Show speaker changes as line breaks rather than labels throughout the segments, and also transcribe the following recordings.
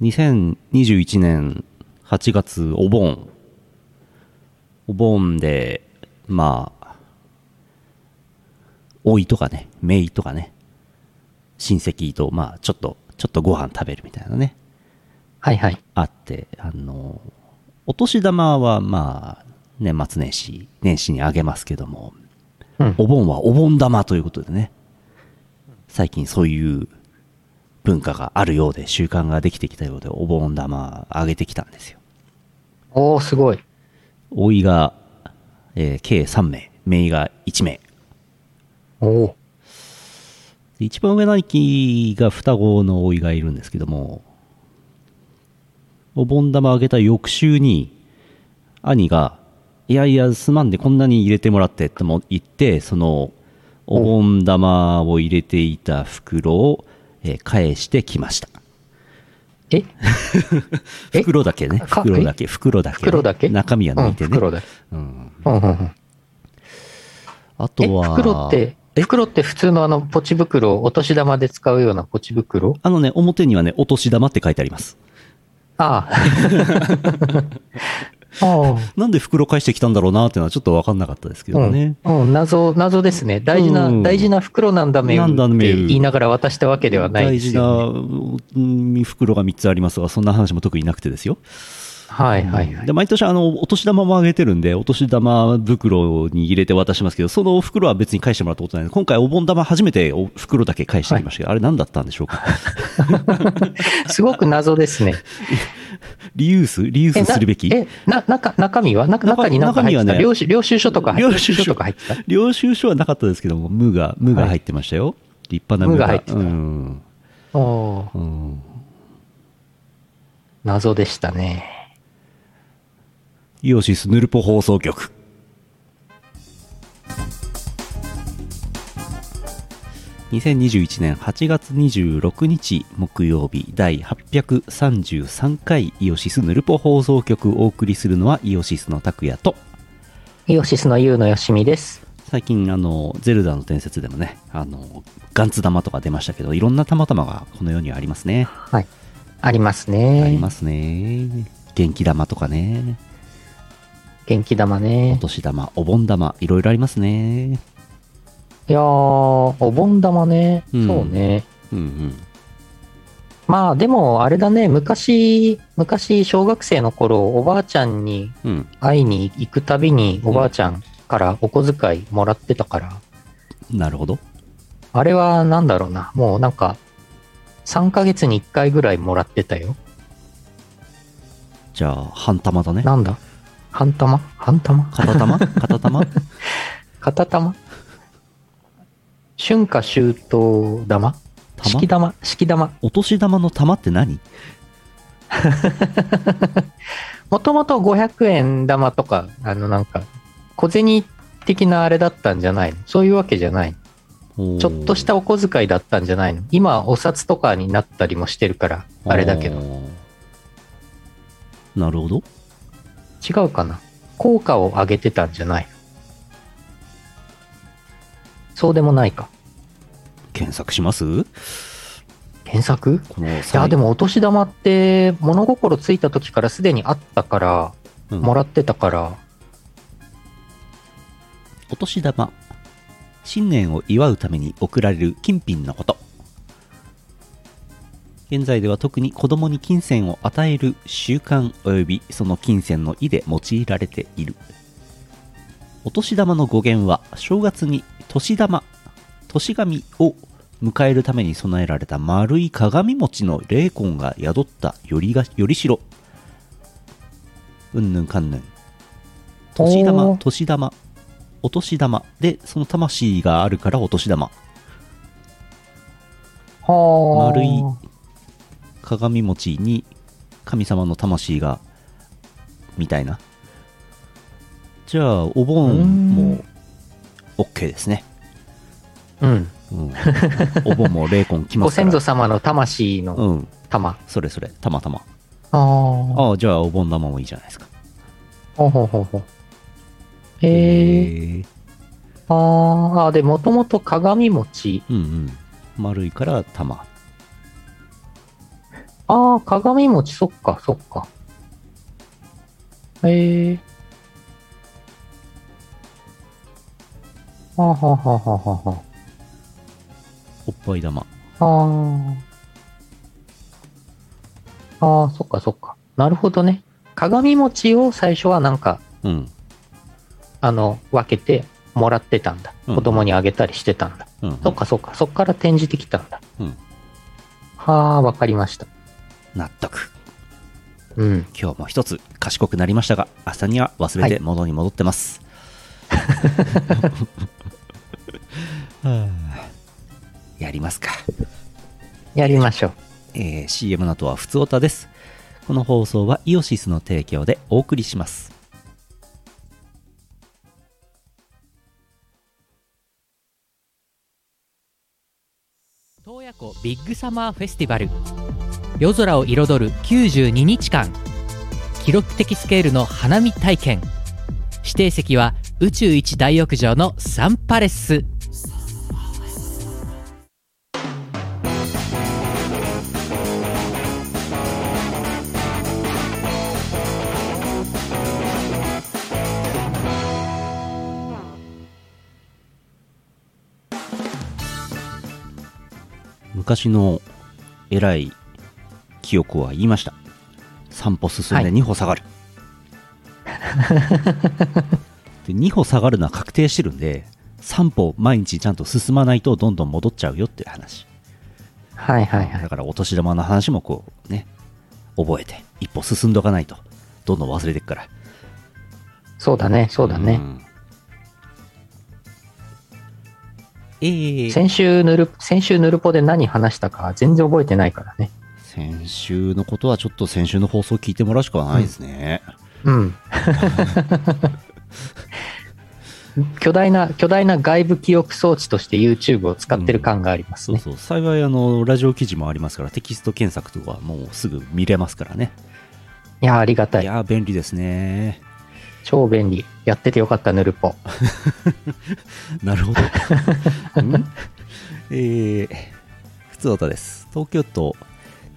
2021年8月お盆お盆でまあ老いとかね姪とかね親戚とまあちょっとちょっとご飯食べるみたいなね
はいはい。
あってあのお年玉はまあ年末年始年始にあげますけども
うん。
お盆はお盆玉ということでね、最近そういう文化があるようで、習慣ができてきたようで、お盆玉あげてきたんですよ。
おおすごい。
老いが、えー計3名、姪が1名。
おお
で一番上の兄貴が双子の老いがいるんですけども、お盆玉あげた翌週に、兄が、いやいや、すまんでこんなに入れてもらってっても言って、その、お盆玉を入れていた袋を、えー返してきました。
ええ
袋だけね。
か
袋だけ、袋だけね、
袋だけ
中身は抜いて
うん、
ね。
袋だけ。
うん。
うんうんうん。
あ
え、
とは、
袋って、袋って普通のあの、ポチ袋、お年玉で使うようなポチ袋
あのね、表にはね、お年玉って書いてあります。
ああ。 ああ。
なんで袋返してきたんだろうなっていうのはちょっと分かんなかったですけ
う
ど
ん、
ね。
うん、謎、謎ですね。大事な、
うん
大事な袋なんだめ
なんだ
って
めう
言いながら渡したわけではない
大
で
事
す
な
よ、ね。
うん袋が3つありますが、そんな話も特になくてですよ。
はいはいはい
で。毎年あの、お年玉もあげてるんで、お年玉袋に入れて渡しますけど、その袋は別に返してもらったことないので、今回、お盆玉初めてお袋だけ返してきましたけど、あれ、何だったんでしょうか、
すごく謎ですね。
リユース、リユー
え
スするべき
なえ、な、中、中身は中
中
中に何か入っ
中
て
身
た、
はね
領収領収書とか入って
領収書
とか入ってた
領収書はなかったですけども、無が、無が入ってましたよ、立派な無が
無が入ってた
うん
おー
うん
謎でしたね。
イオシスヌルポ放送局2021年8月26日木曜日第833回イオシスヌルポ放送局お送りするのはイオシスの拓也と
イオシスのユウのよしみです。
最近あのゼルダの伝説でもねあのガンツ玉とか出ましたけどいろんな玉玉がこの世にはありますね、
はい。あります
あり
ね。
ますね元気玉とかね
元気玉
お
ね。
年玉お盆玉いろいろありますね
いやー、お盆玉ね。
うん
そうね。
うんうん
まあでも、あれだね、昔、昔、小学生の頃、おばあちゃんに
うん、
会いに行くたびにおばあちゃんからお小遣いもらってたから、
なるほど。
あれはなんだろうな、もうなんか、3ヶ月に1回ぐらいもらってたよ。
じゃあ、半玉だね。
なんだ半玉半玉
片 玉片玉
片玉春夏秋冬玉
玉
式玉式玉
お年玉の玉って何
もともと500円玉とか、あのなんか、小銭的なあれだったんじゃないのそういうわけじゃないの
ち
ちょっとしたお小遣いだったんじゃないの今、お札とかになったりもしてるから、あれだけど。
ど。なるほど。
違うかな効果を上げてたんじゃないそうでもないか
検索します
検索
この
いやで
も、
もお年玉って物心ついた時からすでにあったから
うん
もらってたから、
お年玉。新年を祝うために贈られる金品のこと。現在では特に子供に金銭を与える習慣及びその金銭の意で用いられている。お年玉の語源は正月に年玉、年神を迎えるために備えられた丸い鏡餅の霊魂が宿ったよりがよりしろ。うんぬんかんぬん。年
お
玉、
ー
年玉、お年玉でその魂があるからお年玉。
はあ
丸い鏡餅に神様の魂がみたいなじゃあお盆も OK ですね、
うん
うん、 お盆も霊魂来ま
ご
すか
先
ら
祖様の魂の
うん
玉、
それそれたまたま
あー
ああじゃあお盆玉もいいじゃないですか
ほうほうほうほう
へ
へえ
え
あーあーでもともと鏡餅
うんうん丸いから玉
ああ、鏡餅、そっか、そっか。へえ。はあ、はあはあはあはあは
おっぱい玉。
あ。あーあー、そっかそっか。なるほどね。鏡餅を最初はなんか、
うん。
あの、分けてもらってたんだ。
うん
子供にあげたりしてたんだ。
うん。
そっかそっか。そっから転じてきたんだ。
うん
はあ、わかりました。
納得。
うん。
今日も一つ賢くなりましたが、明日には忘れて元に戻ってます。 はあやりますか。
やりましょう。
えー CM の後はふつおたです。この放送はイオシスの提供でお送りします。
洞爺湖ビッグサマーフェスティバル夜空を彩る92日間記録的スケールの花見体験指定席は宇宙一大浴場のサンパレス
昔の偉い記憶は言いました。3歩進ん
は
で
い
2歩 下がる。で2歩下がるのは確定してるんで、3歩毎日ちゃんと進まないとどんどん戻っちゃうよっていう話。
はいはいは
だ
い。
からお年玉の話もこうね、覚えて一歩進んどかないと、どんどん忘れてくから。
そうだね、そうだね。
んえー
先週ぬる、先週ぬるぽで何話したか全然覚えてないからね。
先週のことはちょっと先週の放送聞いてもらうしかないですね。
うん。 巨大な、巨大な外部記憶装置として YouTube を使ってる感があります
そう
ね。
そう。幸い、あの、ラジオ記事もありますから、テキスト検索とかはもうすぐ見れますからね。
いやー、ありがた
い
い。
やー、便利ですね。
超便利。やっててよかった、ぬる ぽ。
なるほ ど。んえー、普通たです。東京都、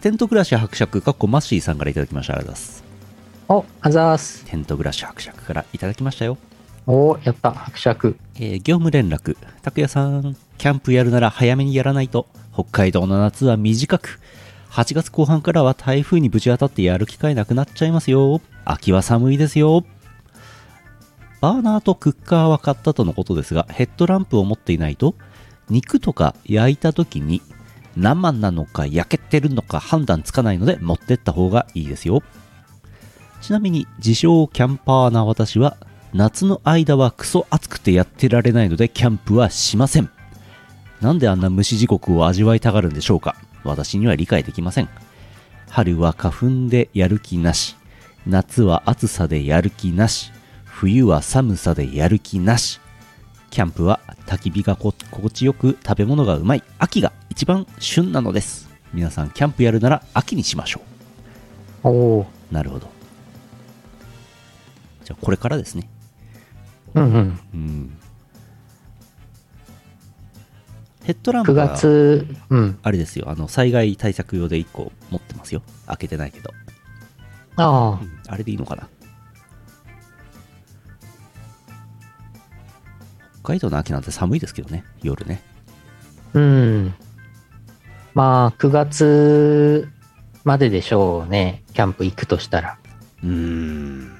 テント暮らし伯爵、かっこマッシーさんからいただきました。ありがとうございます。
お、あざーす。
テント暮らし伯爵からいただきましたよ。
おー、やった、伯爵。
えー業務連絡拓也さんキャンプやるなら早めにやらないと北海道の夏は短く8月後半からは台風にぶち当たってやる機会なくなっちゃいますよ秋は寒いですよバーナーとクッカーは買ったとのことですがヘッドランプを持っていないと肉とか焼いた時に生なのか焼けてるのか判断つかないので持ってった方がいいですよちなみに自称キャンパーな私は夏の間はクソ暑くてやってられないのでキャンプはしませんなんであんな虫地獄を味わいたがるんでしょうか私には理解できません春は花粉でやる気なし夏は暑さでやる気なし冬は寒さでやる気なしキャンプは焚き火がこ心地よく食べ物がうまい秋が一番旬なのです皆さんキャンプやるなら秋にしましょ
おー。
うなるほどじゃあこれからですね
うんうん。
うんヘッドラン
9
プが
月、うん。
あれですよあの災害対策用で1個持ってますよ開けてないけど、
あ
うんあれでいいのかな北海道の秋なんて寒いですけどね夜ね
あ、うん。まあ、9月まででしょうね。キャンプ行くとしたら。
うーん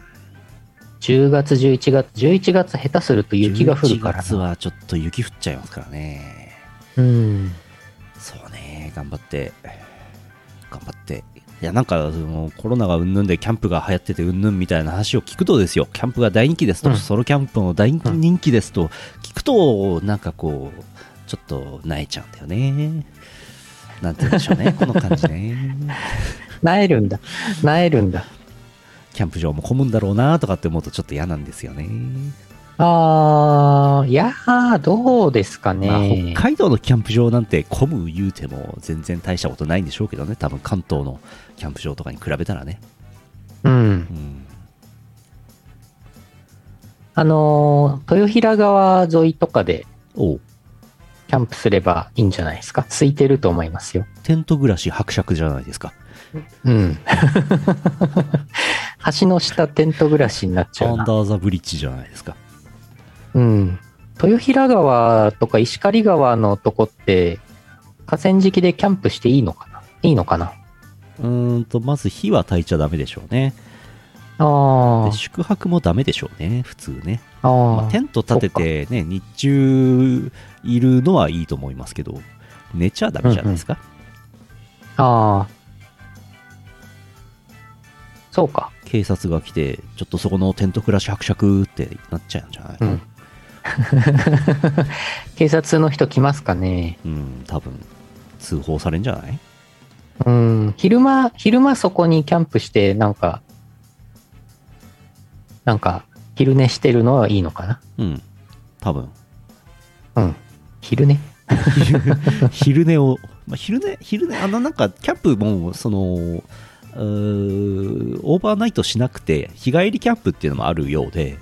10月、11月、11月下手すると雪が降るから
11月
な。
はちょっと雪降っちゃいますからね
うん。
そうね頑張って頑張っていやなんかそのコロナがうんぬんでキャンプが流行っててうんぬんみたいな話を聞くとですよキャンプが大人気ですと、
うん
ソロキャンプも大人気
うん
人気ですと聞くとなんかこうちょっと泣いちゃうんだよねなんて言うんでしょう ねこの感じね
なえるんだ。なえるんだ。
キャンプ場も混むんだろうなとかって思うとちょっと嫌なんですよね、
あー、いやー、どうですか
まあ、
ね。
北海道のキャンプ場なんて混む言うても全然大したことないんでしょうけどね多分関東のキャンプ場とかに比べたらね
うん
う。ん
あのー、豊平川沿いとかで、
おう
キャンプすればいいんじゃないですか。空いてると思いますよ。
テント暮らし伯爵じゃないですか。
うん。橋の下テント暮らしになっちゃ
ア
う
ンダ
な。
ーザブリッジじゃないですか。
うん。豊平川とか石狩川のとこって、河川敷でキャンプしていいのかないいのかな
うーんと、まず火は焚いちゃダメでしょうね。
あ
で宿泊もダメでしょうね、普通ね。
あ。あ
まあ、
あ
テ。ント立ててね、日中いるのはいいと思いますけど、寝ちゃダメじゃないですか。
ああ。そうか。
警察が来て、ちょっとそこのテント暮らし伯爵ってなっちゃうんじゃないか
う
な、
ん。 警察の人来ますかね
うん、多分、通報されんじゃない
うん。昼間、昼間そこにキャンプして、なんか、なんか、昼寝してるのはいいのかな
うん、多分。
うん。昼寝
昼寝を、まあ、昼寝、昼寝、あの、なんか、キャンプも、その、うーオーバーナイトしなくて、日帰りキャンプっていうのもあるようで、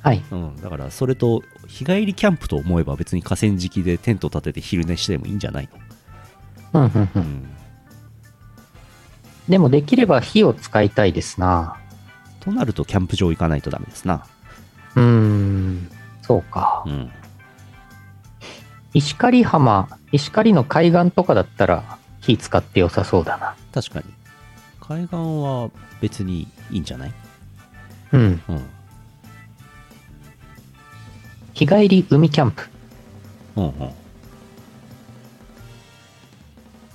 はい。
うん、だから、それと、日帰りキャンプと思えば、別に河川敷でテント立てて昼寝してもいいんじゃないの
うんうんう。
うんん。
でもできれば火を使いたいですな。
となると、キャンプ場行かないとダメですな。
うーん。そうか
う。ん。
石狩浜、石狩の海岸とかだったら火使って良さそうだな。
確かに。海岸は別にいいんじゃない
うん。
うん。
日帰り海キャンプ。
うんうん。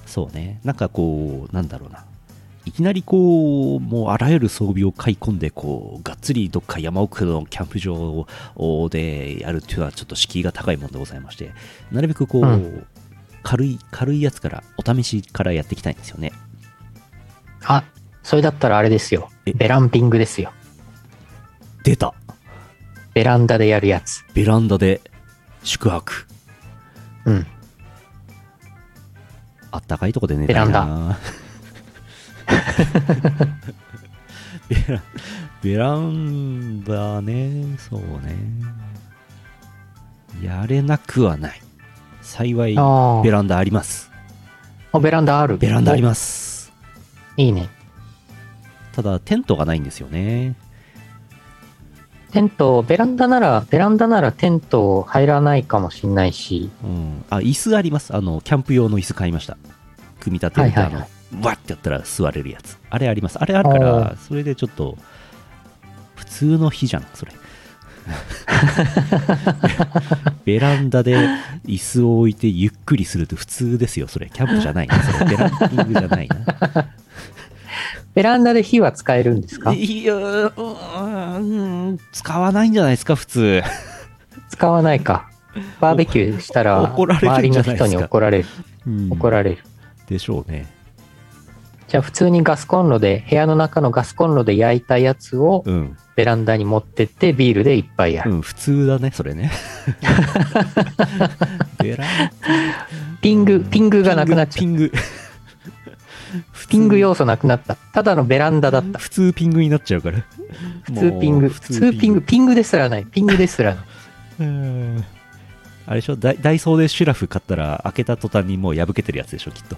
そうね。なんかこう、なんだろうな。いきなりこう、もうあらゆる装備を買い込んで、こう、がっつりどっか山奥のキャンプ場でやるっていうのはちょっと敷居が高いもんでございまして、なるべくこう、
うん
軽い、軽いやつから、お試しからやっていきたいんですよね。
あ、それだったらあれですよ
え。
ベランピングですよ。
出た
ベランダでやるやつ。
ベランダで宿泊。
うん。
あったかいとこで寝たいな ベラベランダねそうねやれなくはない幸い
あ
ベランダあります
あ。あベランダある。
ベランダあり
す。
ます
いいね。
ただテントがないんですよね
テント、ベランダなら、ベランダならテント入らないかもしんないし。
うんあ椅子ありますあのキャンプ用の椅子買いました組み立てて、
はいはいはい
あのわってやったら座れるやつあれありますあれあるから
お
それでちょっと普通の日じゃん それベランダで椅子を置いてゆっくりすると普通ですよそれキャンプじゃないなそれベランピングじゃないな
ベランダで火は使えるんですか
いやうーん使わないんじゃないですか普通
使わないか。バーベキューしたら、
怒られる
周
ん
り
じゃ
の
ないですか
人に怒られる。怒られる。
でしょうね
じゃあ普通にガスコンロで、部屋の中のガスコンロで焼いたやつを
うん、
ベランダに持ってってビールで一杯や
う
る。
ん、普通だねそれ ねベラン
ピング、ピングがなくなっちゃ
ピ
う。
ング。ピング
ピング要素なくなった。ただのベランダだった。
普通ピングになっちゃうから。
普通ピン
もう
グ。普通ピング。。ピングですらない。ピングですらない。
うんあれでしょダイダイソーでシュラフ買ったら開けた途端にもう破けてるやつでしょきっと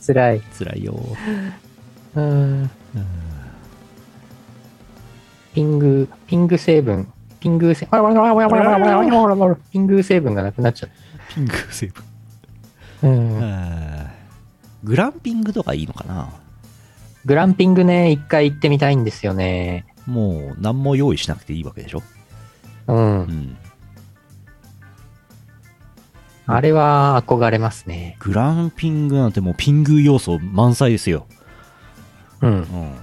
辛い。
辛いよ
うん。
うん
ピング、ピング成分。ピング成分。ピング成分がなくなっちゃっ
ピングセーブ
た。うん。
あーグランピングとかいいのかな
グランピングね、一回行ってみたいんですよね。
もう何も用意しなくていいわけでしょ
う。
うんん
あれは憧れますね。
グランピングなんてもうピング要素満載ですよ
うん
う。ん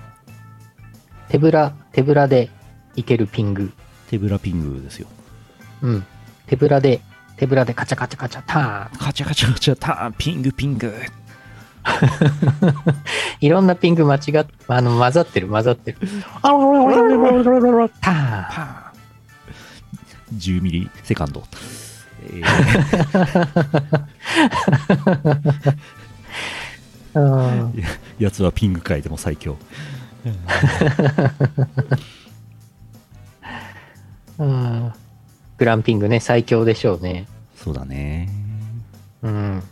手ぶら、手ぶらで行けるピング。
手ぶらピングですよ
うん。手ぶらで、手ぶらでカチャカチャカチャターン。
カチャカチャカチャターンピングピング
いろんなピング間違っ、あの、混ざってる混ざってる。あららららららららターン。
パーン10ミリセカンド、えー
うん
やつはピング界でも最強
うんグランピングね、最強でしょうね。
そうだね。
うん。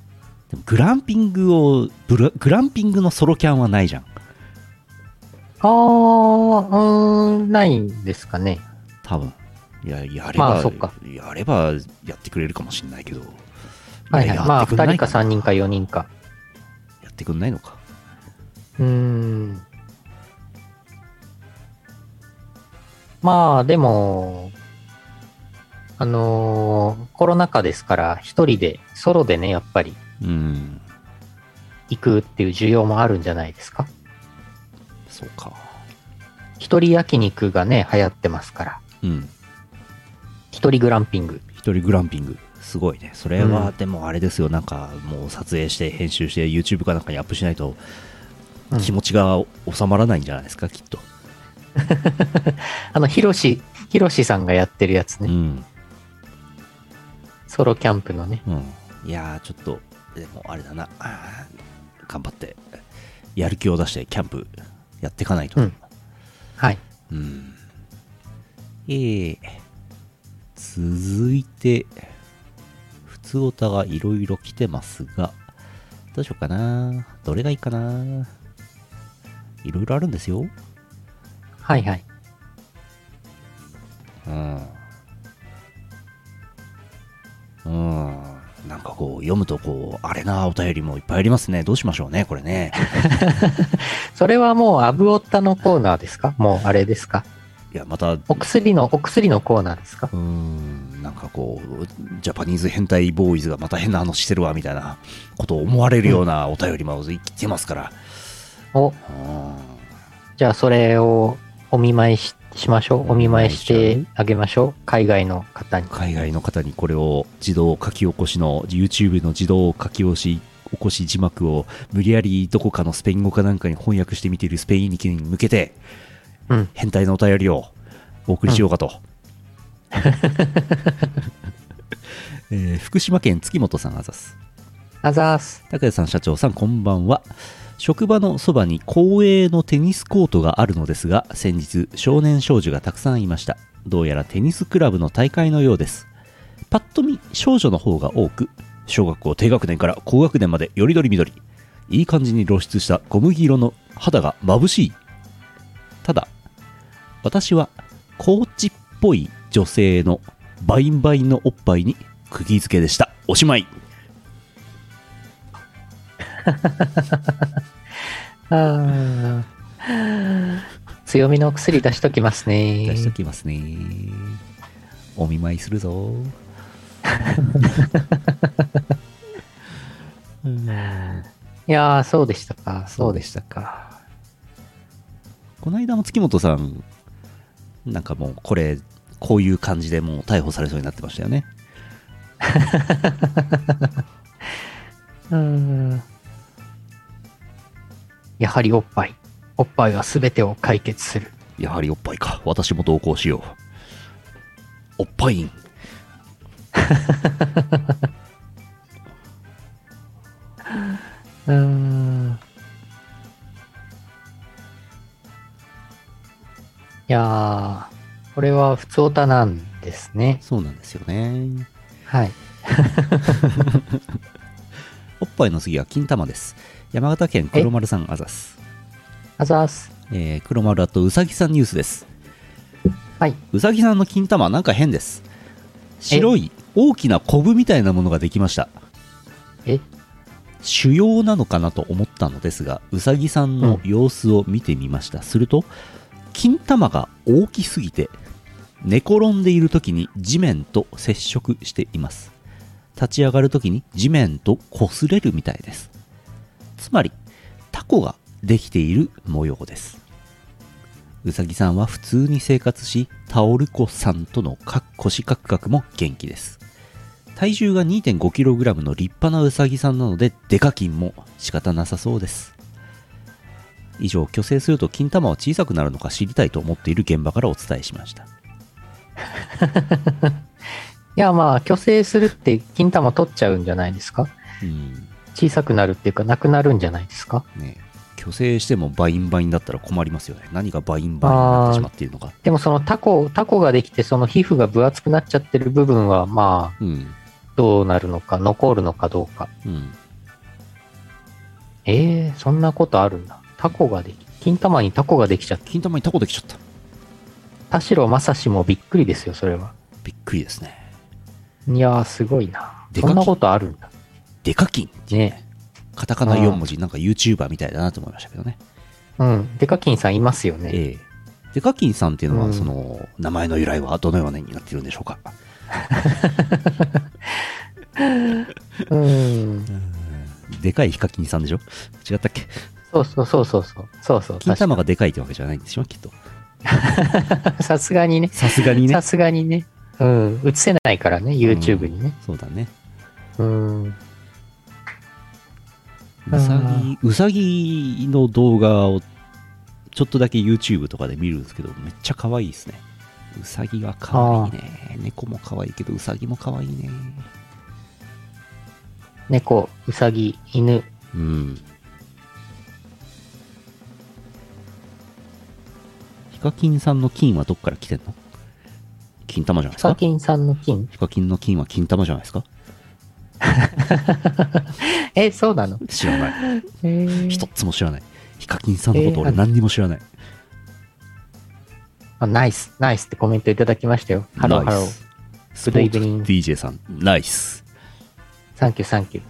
でもグランピングをブラ、グランピングのソロキャンはないじゃん。
あー、うーん、ないんですかね。
多分。いや、やれば、
まあそっか
やればやってくれるかもしれないけど。
はいはい。まあ、
二
2人か3人か4人か。
やってくんないのか。
うーん。まあ、でも、あのーコロナ禍ですから、一人で、ソロでね、やっぱり
うん。
行くっていう需要もあるんじゃないですか。
そうか。
一人焼肉がね、流行ってますから。
うん。
一人グランピング。
一人グランピング。すごいね。それは、
う
でもあれですよ。なんか、もう撮影して、編集して、YouTube かなんかにアップしないと
うん、
気持ちが収まらないんじゃないですか、きっと。
あの、ヒロシ、ヒロシさんがやってるやつ
う
ね。
ん。
ソロキャンプのね。
うん。いやー、ちょっと、でもあれだな。あー頑張って、やる気を出して、キャンプやっていかないと。
うんはい。
うん。えー続いて、普通オタがいろいろ来てますが、どうしようかな。どれがいいかな。いろいろあるんですよ。
はいはい。
うん。うん。なんかこう、読むとこう、あれなお便りもいっぱいありますね。どうしましょうね、これね。
それはもう、アブオッタのコーナーですかもう、あれですか
いや、また、う
お薬の、お薬のコーナーですか
ーん、なんかこう、ジャパニーズ変態ボーイズがまた変な話してるわ、みたいなことを思われるようなお便りも来てますから。
お、
うん。
じゃあそれをお見舞いししましょう。お見舞いしてあげましょう。海外の方に。
海外の方にこれを自動書き起こしの、YouTube の自動書き起こし、起こし字幕を無理やりどこかのスペイン語かなんかに翻訳してみているスペイン人に向けて、
うん。
変態のお便りをお送りしようかと、えー福島県月本さんあざす
あざーす。
高谷さん社長さんこんばんは職場のそばに公営のテニスコートがあるのですが先日少年少女がたくさんいましたどうやらテニスクラブの大会のようですパッと見少女の方が多く小学校低学年から高学年までよりどりみどりいい感じに露出した小麦色の肌が眩しいただ私はコーチっぽい女性のバインバインのおっぱいに釘付けでしたおしまい
あー強みのお薬出しときますね。
出しときますね。お見舞いするぞ。
いやー、そうでしたか。そうでした。
したか。この間も月本さん、なんかもうこれ、こういう感じでもう逮捕されそうになってましたよね。
うんやはりおっぱい。おっぱいは全てを解決する。
やはりおっぱいか。私も同行しよう。おっぱいん。
うん。いやー、これは普通オタなんですね。
そうなんですよね。
はい。
おっぱいの次は金玉です。山形県黒丸さんあざす。
あざーす。
えー、黒丸あとうさぎさんニュースです。
はい。
うさぎさんの金玉なんか変です白い大きなコブみたいなものができました
え
腫瘍なのかなと思ったのですがうさぎさんの様子を見てみました、すると金玉が大きすぎて寝転んでいる時に地面と接触しています立ち上がる時に地面と擦れるみたいですつまりタコができている模様ですうさぎさんは普通に生活しタオルコさんとのかっ腰カクカクも元気です体重が 2.5kg の立派なうさぎさんなのでデカ金も仕方なさそうです以上虚勢すると金玉は小さくなるのか知りたいと思っている現場からお伝えしました
いや、まあ、虚勢するって金玉取っちゃうんじゃないですか
うん
小さくなるっていうか、なくなるんじゃないですか
ねえ虚勢してもバインバインだったら困りますよね。何がバインバインになってしまっているのか。
でもそのタコ、タコができて、その皮膚が分厚くなっちゃってる部分は、ま
うん。
あ、どうなるのか、残るのかどうか。
うん。
ええそんなことあるんだ。タコができ、金玉にタコができちゃった。
金玉にタコできちゃった。
田代正史もびっくりですよ、それは。
びっくりですね。
いやー、すごいな。
でかき
そんなことあるんだ。
デカキン。
ね
カタカナ4文字、なんか YouTuber みたいだなと思いましたけどね。
うん。デカキンさんいますよね。
ええ。デカキンさんっていうの
う
は、
ん
その、名前の由来はどのようになっているんでしょうか。
うん。
でかいヒカキンさんでしょ違ったっけ
そうそうそうそうそう。そうそう。
金玉がでかいってわけじゃないんでしょきっと。
確かにさすがにね。
さすがにね
さ。すがにね。うん。映せないからね、YouTube にね。
そうだね。
うん。
うさぎ、うさぎの動画をちょっとだけ YouTube とかで見るんですけど、めっちゃ可愛いですね。うさぎは可愛いね。猫も可愛いけど、うさぎも可愛いね。
猫、うさぎ、犬。
うん。ヒカキンさんの金はどっから来てんの金玉じゃないで
ヒ
すか
カキンさんの金。
ヒカキンの金は金玉じゃないですか
え、そうなの
知ら ない。
えー
一つも知らない。ヒカキンさんのこと俺
えー
何にも知らない。
あナイス、ナイスってコメントいただきましたよ。ハローハロ
ナイ
ー。
ス。
グ
スポ
ッドイ
ーツ
ブニング
DJ さん、ナイス。
サンキューサンキュー。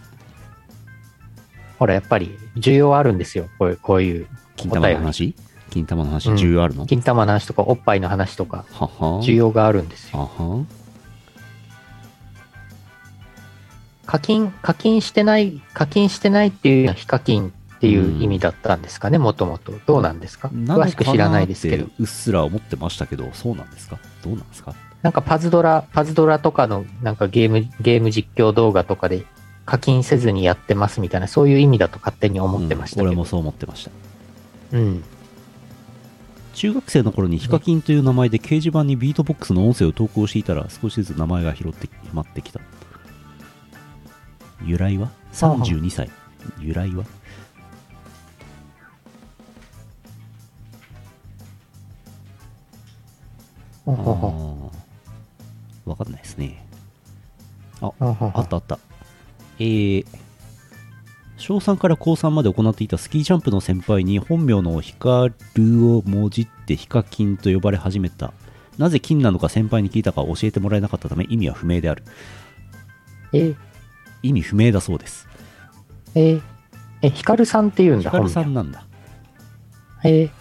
ほら、やっぱり、需要あるんですよ。こういう、こういう、
金玉の
お便
話金玉の話
うん
重要あるの、
金玉の話とか、おっぱいの話とか、
はは
需要があるんですよ。
はは
課金、課金してない、課金してないっていうのは非課金っていう意味だったんですかね、もともと。どうなんですか
なのか
詳しく知らないですけ
っ
ど
て。うっすら思ってましたけど、そうなんですかどうなんですか
なんかパズドラ、パズドラとかの、なんかゲーム、ゲーム実況動画とかで、課金せずにやってますみたいな、そういう意味だと勝手に思ってましたけ
うん
ど。
俺もそう思ってました。
うん。
中学生の頃にヒカキンという名前で掲示板にビートボックスの音声を投稿していたら少しずつ名前が拾って決まってきた。由来は
あはあ
?32 歳。由来は
ほうほうほう
あーわかんないですね。
ほうほうほ
あ
う
ったあった。えー、小3から高3まで行っていたスキージャンプの先輩に本名のヒカルをもじってヒカキンと呼ばれ始めた。なぜ金なのか先輩に聞いたか教えてもらえなかったため意味は不明である。
えー
意味不明だそうです。
えーえ、ヒカルさんって言うん
ヒ
だ、
カルさ
本
んなんだ。
名。えー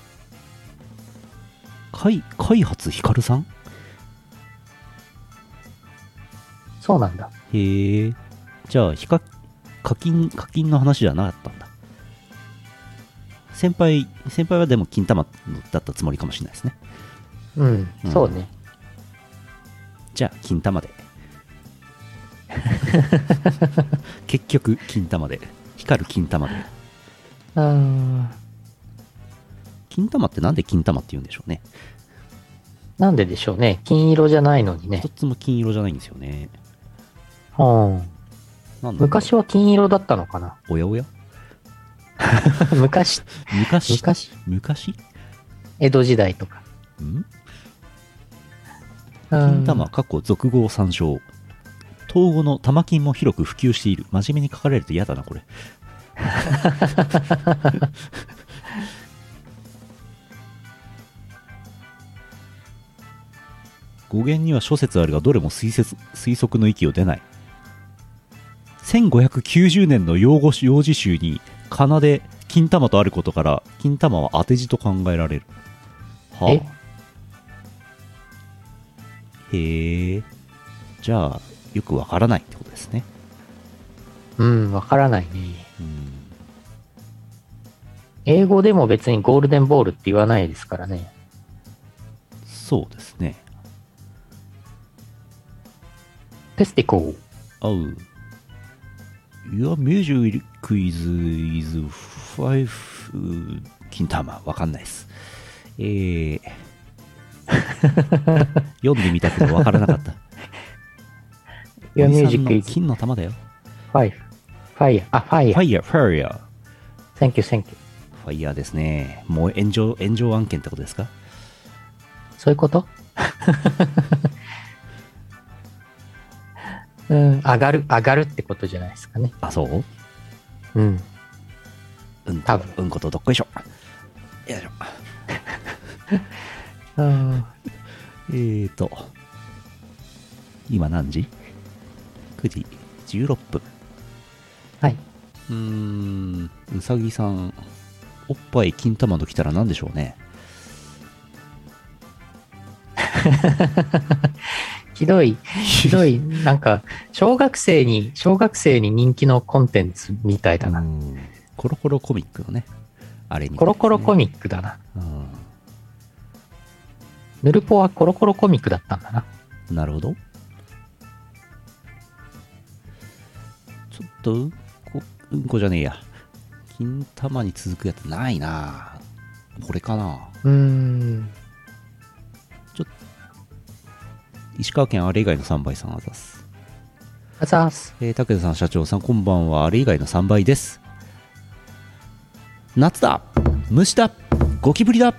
開開発ヒカルさん
そうなんだ。
へえ。じゃあ、ヒカ、課金、課金の話じゃなかったんだ。先輩、先輩はでも金玉だったつもりかもしれないですね。
うん、
うん
そうね。
じゃあ、金玉で。 結局、金玉で。光る金玉で。
うーん。
金玉ってなんで金玉って言うんでしょうね。
なんででしょうね。金色じゃないのにね
一。つも金色じゃないんですよね。
うん、
なんだろう
昔は金色だったのかな
おやおや
昔、
昔
昔、
昔ん
江戸時代とか。
金
金
玉、過去、俗語を参照。統合の玉金も広く普及している。真面目に書かれると嫌だな、これ。 語源には諸説あるが、どれも推説推測の域を出ない。1590年の用語用字集に、かなで金玉とあることから、金玉は当て字と考えられる。はあ
え
へえ。じゃあ、よくわからないってことですね。
うん、わからないね。
うん。
英語でも別にゴールデンボールって言わないですからね。
そうですね。
テスティコー。
あう。Your music is, is five, う金玉。わかんないです。えー、 読んでみたけどわからなかった。
Your
おじさん
music
の
is
金の玉だよ。
five. Fire. あ、
フ
fire.
ァイヤー、ファイヤー。
Thank you, thank you.
フファイヤーですね。もう炎上、炎上案件ってことですか
そういうこと うん、上がる、上がるってことじゃないですかね。
あ、そう
うん。
うん
多
と
分、
うんことどっこいしょ。よいしょ。
うん
えーと、今何時 ?9 時16分。
はい。
うーん、うさぎさん、おっぱい金玉ときたら何でしょうね。
ひどい、ひどい、なんか、小学生に、小学生に人気のコンテンツみたいだ
う
な。
んコロコロコミックのね、あれに、
コロコロコミックだな。
うん。
ヌルポはコロコロコミックだったんだな。
なるほど。ちょっと、うんこ、うんこじゃねえや。金玉に続くやつないなこれかな
うーん。
石川県あれ以外の3倍さんあざっす。
あざーす。
えー、武田さん、社長さん、こんばんは。あれ以外の3倍です。夏だ虫だゴキブリだ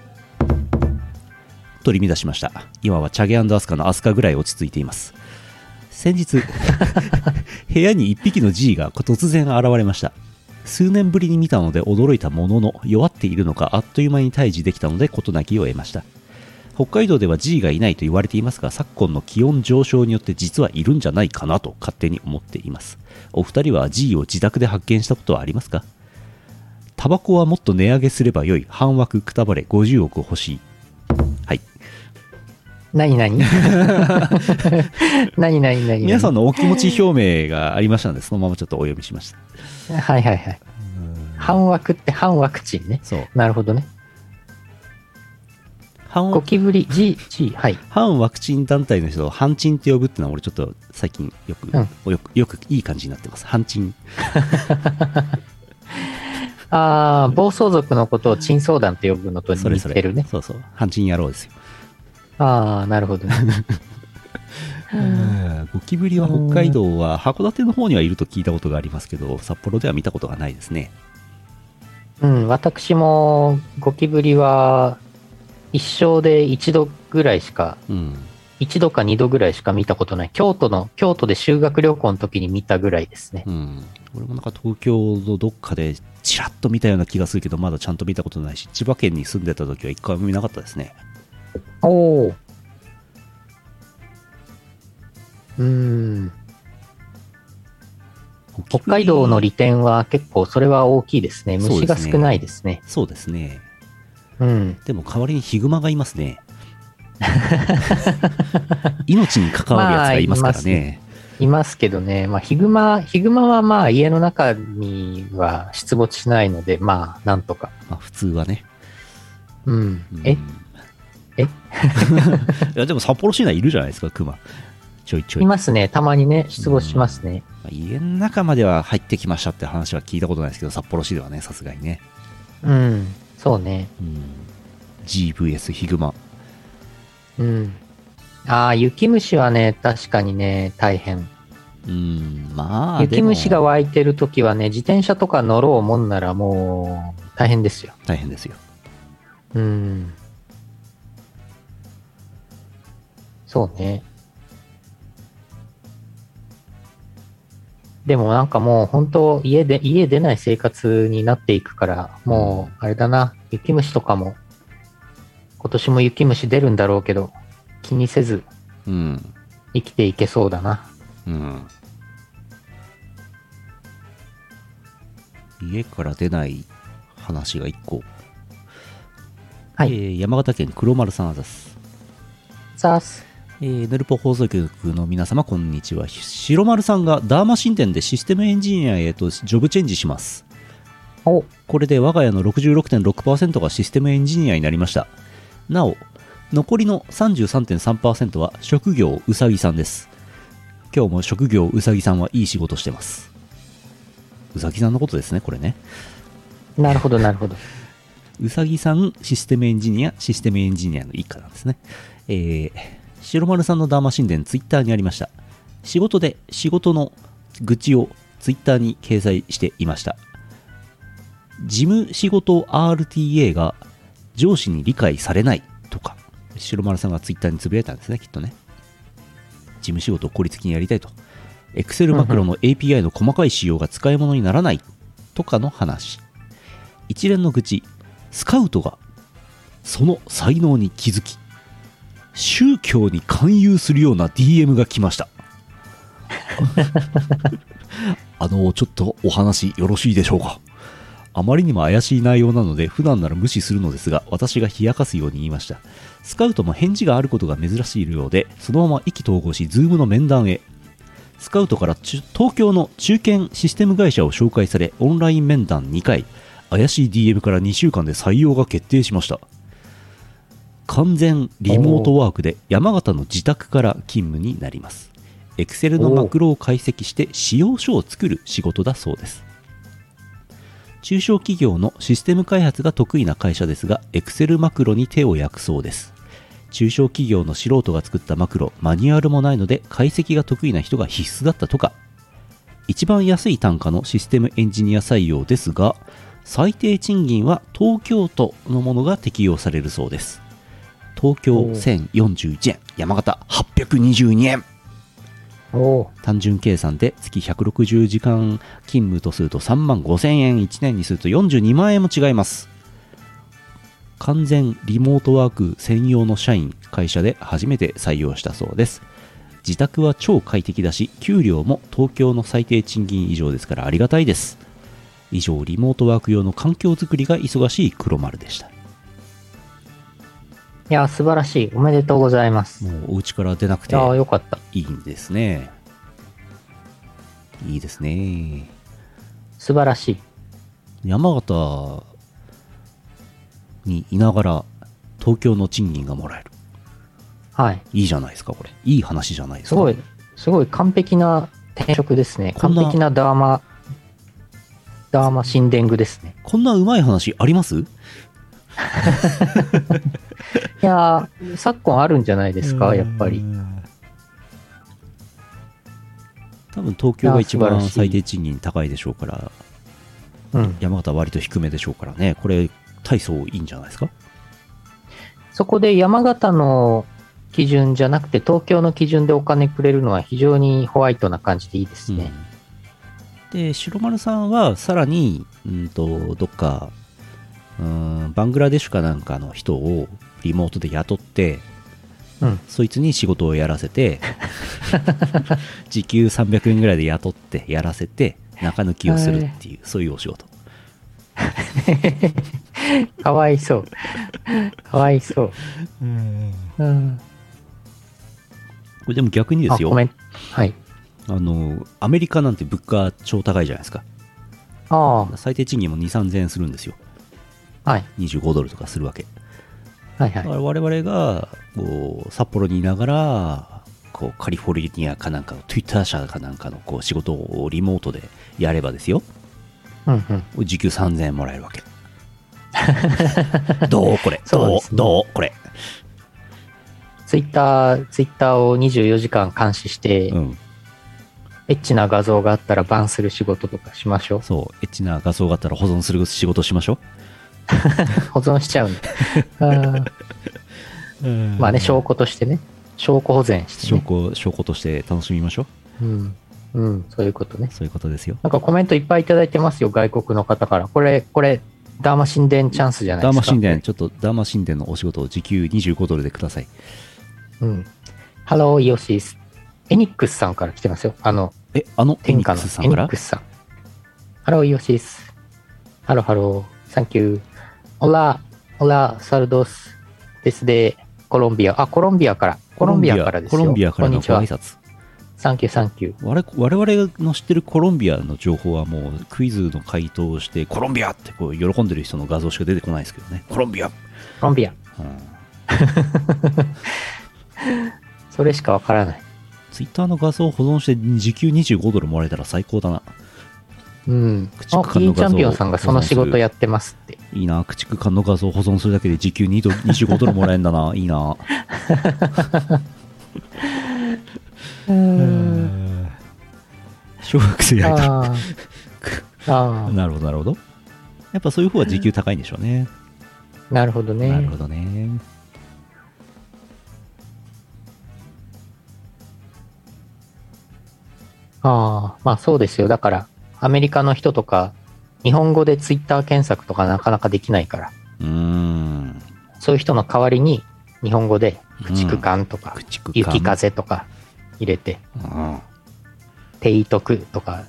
取り乱しました。今はチャゲアスカのアスカぐらい落ち着いています。先日、 部屋に1匹の G が突然現れました。数年ぶりに見たので驚いたものの、弱っているのかあっという間に退治できたので事なきを得ました。北海道では G がいないと言われていますが昨今の気温上昇によって実はいるんじゃないかなと勝手に思っていますお二人は G を自宅で発見したことはありますかタバコはもっと値上げすればよい半枠くたばれ50億欲しいはい
なにな になになになに
皆さんのお気持ち表明がありましたのでそのままちょっとお読みしました
はいはいはい。半枠って半ワクチンね。
そう
なるほどね。
半
ゴキブリ G、G、はい。
反ワクチン団体の人を反チンって呼ぶってのは俺ちょっと最近よく、よくよくいい感じになってます反チン
ああ、暴走族のことを珍相談って呼ぶのと
それ
似
そ
て
れ
るね。
そうそう反チン野郎ですよ
ああ、なるほどね。
うんゴキブリは北海道は函館の方にはいると聞いたことがありますけど札幌では見たことがないですね
うん、私もゴキブリは一生で一度ぐらいしか、
うん
一度か二度ぐらいしか見たことない。京都の、京都で修学旅行の時に見たぐらいですね。
うん俺もなんか東京のどっかでちらっと見たような気がするけどまだちゃんと見たことないし千葉県に住んでた時は一回も見なかったですね
おお。うーん。北海道の利点は結構それは大きいですね。
そう
虫
で
が
すね
少ないですね。
そうですね
うん。
でも代わりにヒグマがいます ね命に関わるやつがいますからね,、
いますけどね。まあ、ヒグマ、ヒグマはまあ家の中には出没しないので、まあ、なんとか。
まあ、普通はね、
うん
う。ん
え、え
いやでも札幌市内いるじゃないですかクマちょいちょい
いますね。たまにね、出没しますね。
まあ家の中までは入ってきましたって話は聞いたことないですけど札幌市ではねさすがにね、
うん。そうね。
GVS ヒグマ
うん。ああ、雪虫はね、確かにね、大変。
うんまあ
雪虫
で
が
も
湧いてるときはね、自転車とか乗ろうもんならもう、大変ですよ。
大変ですよ
うん。そうね。でもなんかもう本当家で、家出ない生活になっていくから、もうあれだな、雪虫とかも、今年も雪虫出るんだろうけど、気にせず
うん
生きていけそうだな。
うん家から出ない話が1個、
はい
えー山形県黒丸さんあざっす
さあす。
えーヌルポ放送局の皆様こんにちは白丸さんがダーマ新店でシステムエンジニアへとジョブチェンジします
お、
これで我が家の66.6%がシステムエンジニアになりました。なお、残りの33.3%は職業うさぎさんです。今日も職業うさぎさんはいい仕事してます。うさぎさんのことですね、これね。
なるほど、なるほど。
うさぎさん、システムエンジニア、システムエンジニアの一家なんですね。えー、白丸さんのダーマ神殿、ツイッターにありました。仕事で仕事の愚痴をツイッターに掲載していました。事務仕事 RTA が上司に理解されないとか白丸さんがツイッターにつぶやいたんですねきっとね事務仕事を効率的にやりたいと Excel マクロの API の細かい仕様が使い物にならないとかの話一連の愚痴スカウトがその才能に気づき宗教に勧誘するような DM が来ましたあのちょっとお話よろしいでしょうかあまりにも怪しい内容なので普段なら無視するのですが私が冷やかすように言いましたスカウトも返事があることが珍しいようでそのまま意気投合し Zoom の面談へスカウトから中東京の中堅システム会社を紹介されオンライン面談2回怪しい DM から2週間で採用が決定しました完全リモートワークで山形の自宅から勤務になります Excel のマクロを解析して使用書を作る仕事だそうです中小企業のシステム開発が得意な会社ですが Excel マクロに手を焼くそうです中小企業の素人が作ったマクロマニュアルもないので解析が得意な人が必須だったとか一番安い単価のシステムエンジニア採用ですが最低賃金は東京都のものが適用されるそうです東京
おう
1041円山形822円
おお
単純計算で月160時間勤務とすると3万5000円1年にすると42万円も違います完全リモートワーク専用の社員会社で初めて採用したそうです自宅は超快適だし給料も東京の最低賃金以上ですからありがたいです以上リモートワーク用の環境づくりが忙しい黒丸でした
いや、素晴らしい。おめでとうございます。い
もうお家から出なくて
や、よかった。
いいんですねいいですね
素晴らしい。
山形にいながら東京の賃金がもらえる
はい。
いいじゃないですかこれいい話じゃないです
す
か
ごい、すごい完璧な転職ですね。
こん
完
な
璧なダーマ、ダーマ神殿具ですね。
こんなうまい話あります
いやー、昨今あるんじゃないですか、やっぱり。
多分東京が一
いや素
番
晴らしい
最低賃金高いでしょうから
うん。
山形は割と低めでしょうからねこれ体操いいんじゃないですか
そこで山形の基準じゃなくて、東京の基準でお金くれるのは非常にホワイトな感じでいいですね。
うんで白丸さんはさらに、うん、とどっかうんバングラデシュかなんかの人をリモートで雇って、
うん
そいつに仕事をやらせ て時給300円ぐらいで雇ってやらせて中抜きをするっていう、そういうお仕事
かわいそう。かわいそう。うん。
これでも逆にで
あ、
すよ
ごめん。はい。
あのアメリカなんて物価超高いじゃないですか
あ
最低賃金も2 3 0 0 0円するんですよ
あ、はい。
25ドルとかするわけ
はい
だか
はい。
ら我々がこう札幌にいながらこうカリフォルニアかなんかの Twitter 社かなんかのこう仕事をリモートでやればですよ
うんうん。
時給3000円もらえるわ けどうこれ
そう
ど
で
う
すね
どうこれ、
ツイッター、ツイッターを24時間監視して、
うん、
エッチな画像があったらバンする仕事とかしましょ
そうエッチな画像があったら保存する仕事しましょ
う。保存しち ゃうんで。あー
う
まあね、証拠としてね。証拠保全して、
証
ね。
拠証拠として楽しみましょう
うん。うん、そういうことね。
そういうことですよ
なんかコメントいっぱいいただいてますよ、外国の方から。これ、これ、ダーマ神殿チャンスじゃない
ダ
で
ーマ
すか。
神殿ちょっとダーマ神殿のお仕事を時給25ドルでください
うん。ハロー、イオシス。エニックスさんから来てますよ。あの、
えあのエ
天
ニッ
下
ク
の
スさ
エ
ん
ニ
か
ッ
ら
クスさん。ハロー、イオシス。ハロー、ハロー。サンキュー。オラ、オラ、サルドス。ですで、コロンビア。あ、コロンビアから。コロンビアからです
コ
よ。
ロンビアから
こん
の
にち
ご挨
は。
拶
サンキュー、サンキュー。
我々我々の知ってるコロンビアの情報はもうクイズの回答をしてコロンビアってこう喜んでる人の画像しか出てこないですけどねコロンビア、
コロンビア。
うん、
それしかわからない。
ツイッターの画像を保存して時給25ドルもらえたら最高だな
うん。
駆
あ、
逐艦
い
の画像を
いチャンピオンさんがその仕事やってますって。
いいな駆逐艦の画像を保存するだけで時給2ドル25ドル もらえるんだないいな
うん。
小学生やりたい
あーあー。
なるほどなるほどやっぱそういう方は時給高いんでしょうね。
なるほどね。
なるほどね。
ああ、まあそうですよ。だから、アメリカの人とか、日本語でツイッター検索とかなかなかできないから、
うーん。
そういう人の代わりに、日本語で、駆逐艦とか、
駆逐艦
雪風とか入れて、
うん。
提督とか、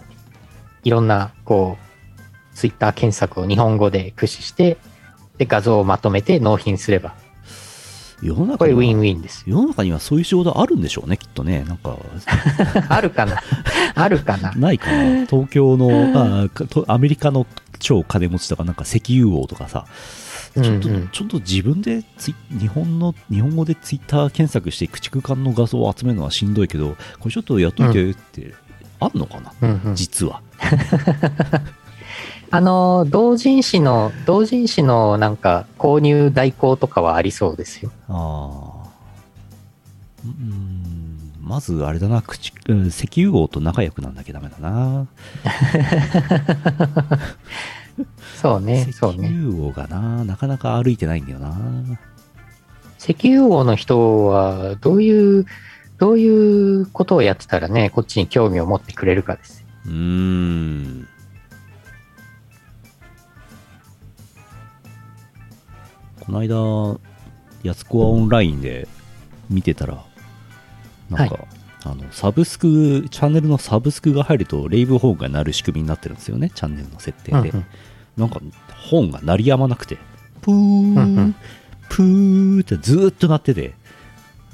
いろんな、こう、ツイッター検索を日本語で駆使して、で、画像をまとめて納品すれば、
世の
こ
中
れ
に
ウィン
は
ウィ ンですよ。
世の中にはそういう仕事あるんでしょうね、きっとね。なんか、
あるかなあるかな
ないか な。東京の、あかとアメリカの超金持ちとか、なんか石油王とかさ、
うん
ち
う
ょっと,、
ん。
ちょっと自分でツイ日本の、日本語でツイッター検索して、駆逐艦の画像を集めるのはしんどいけど、これちょっとやっといてって、あんのかな
うんうん、
実は。
あの、同人誌の、同人誌のなんか購入代行とかはありそうですよ。
ああ。うーん、まずあれだな、駆逐うん石油王と仲良くなんなきゃダメだな。
そうね、
石
そうね。
油王がな、なかなか歩いてないんだよな。
石油王の人は、どういう、どういうことをやってたらね、こっちに興味を持ってくれるかですよ。
うーん。この間、やつこはオンラインで見てたら、なんか、あのサブスク、チャンネルのサブスクが入ると、レイブ本が鳴る仕組みになってるんですよね、チャンネルの設定で。
うんうん
なんか、本が鳴りやまなくて、プ
うんう
ー
ん、
プーってずーっと鳴ってて、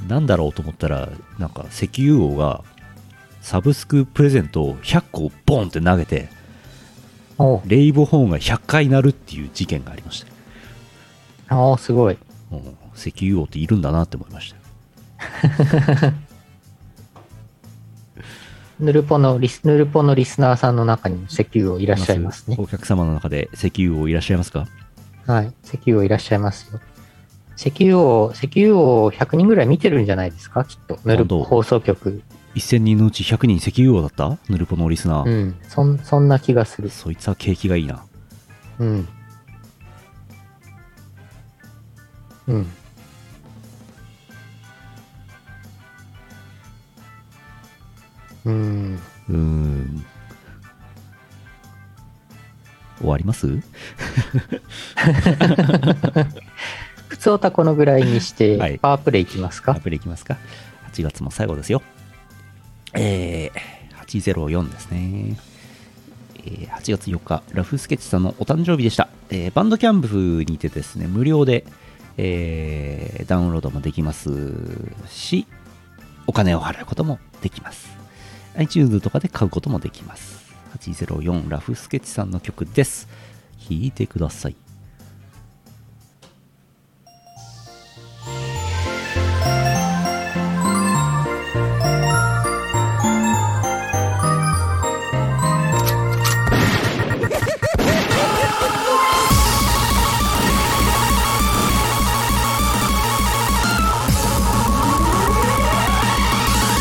なんだろうと思ったら、なんか石油王が、サブスクプレゼントを100個ボンって投げて、
おう
レイブホーンが100回鳴るっていう事件がありました。
おうすごい。
うん石油王っているんだなって思いました。
ヌルポのリス、ヌルポのリスナーさんの中にも石油王いらっしゃいますね。
お客様の中で石油王いらっしゃいますか
はい。石油王いらっしゃいますよ。石油王、石油王100人ぐらい見てるんじゃないですかきっと。ヌルポ
本当
放送局。
?1000 人のうち100人石油王だったヌルポのリスナ
う
ー。
ん。そん、そんな気がする。
そいつは景気がいいな。
うん。うん。うん。
うーん。終わります
普通たこのぐらいにし
は
て
い、
パワープレイいきますか、
アプリいきますか ?8 月も最後ですよ。えー、804ですね。えー8月4日、ラフスケッチさんのお誕生日でした。えーバンドキャンプにてですね、無料で、えーダウンロードもできますし、お金を払うこともできます。iTunes とかで買うこともできます。804ラフスケッチさんの曲です。聴いてください。
「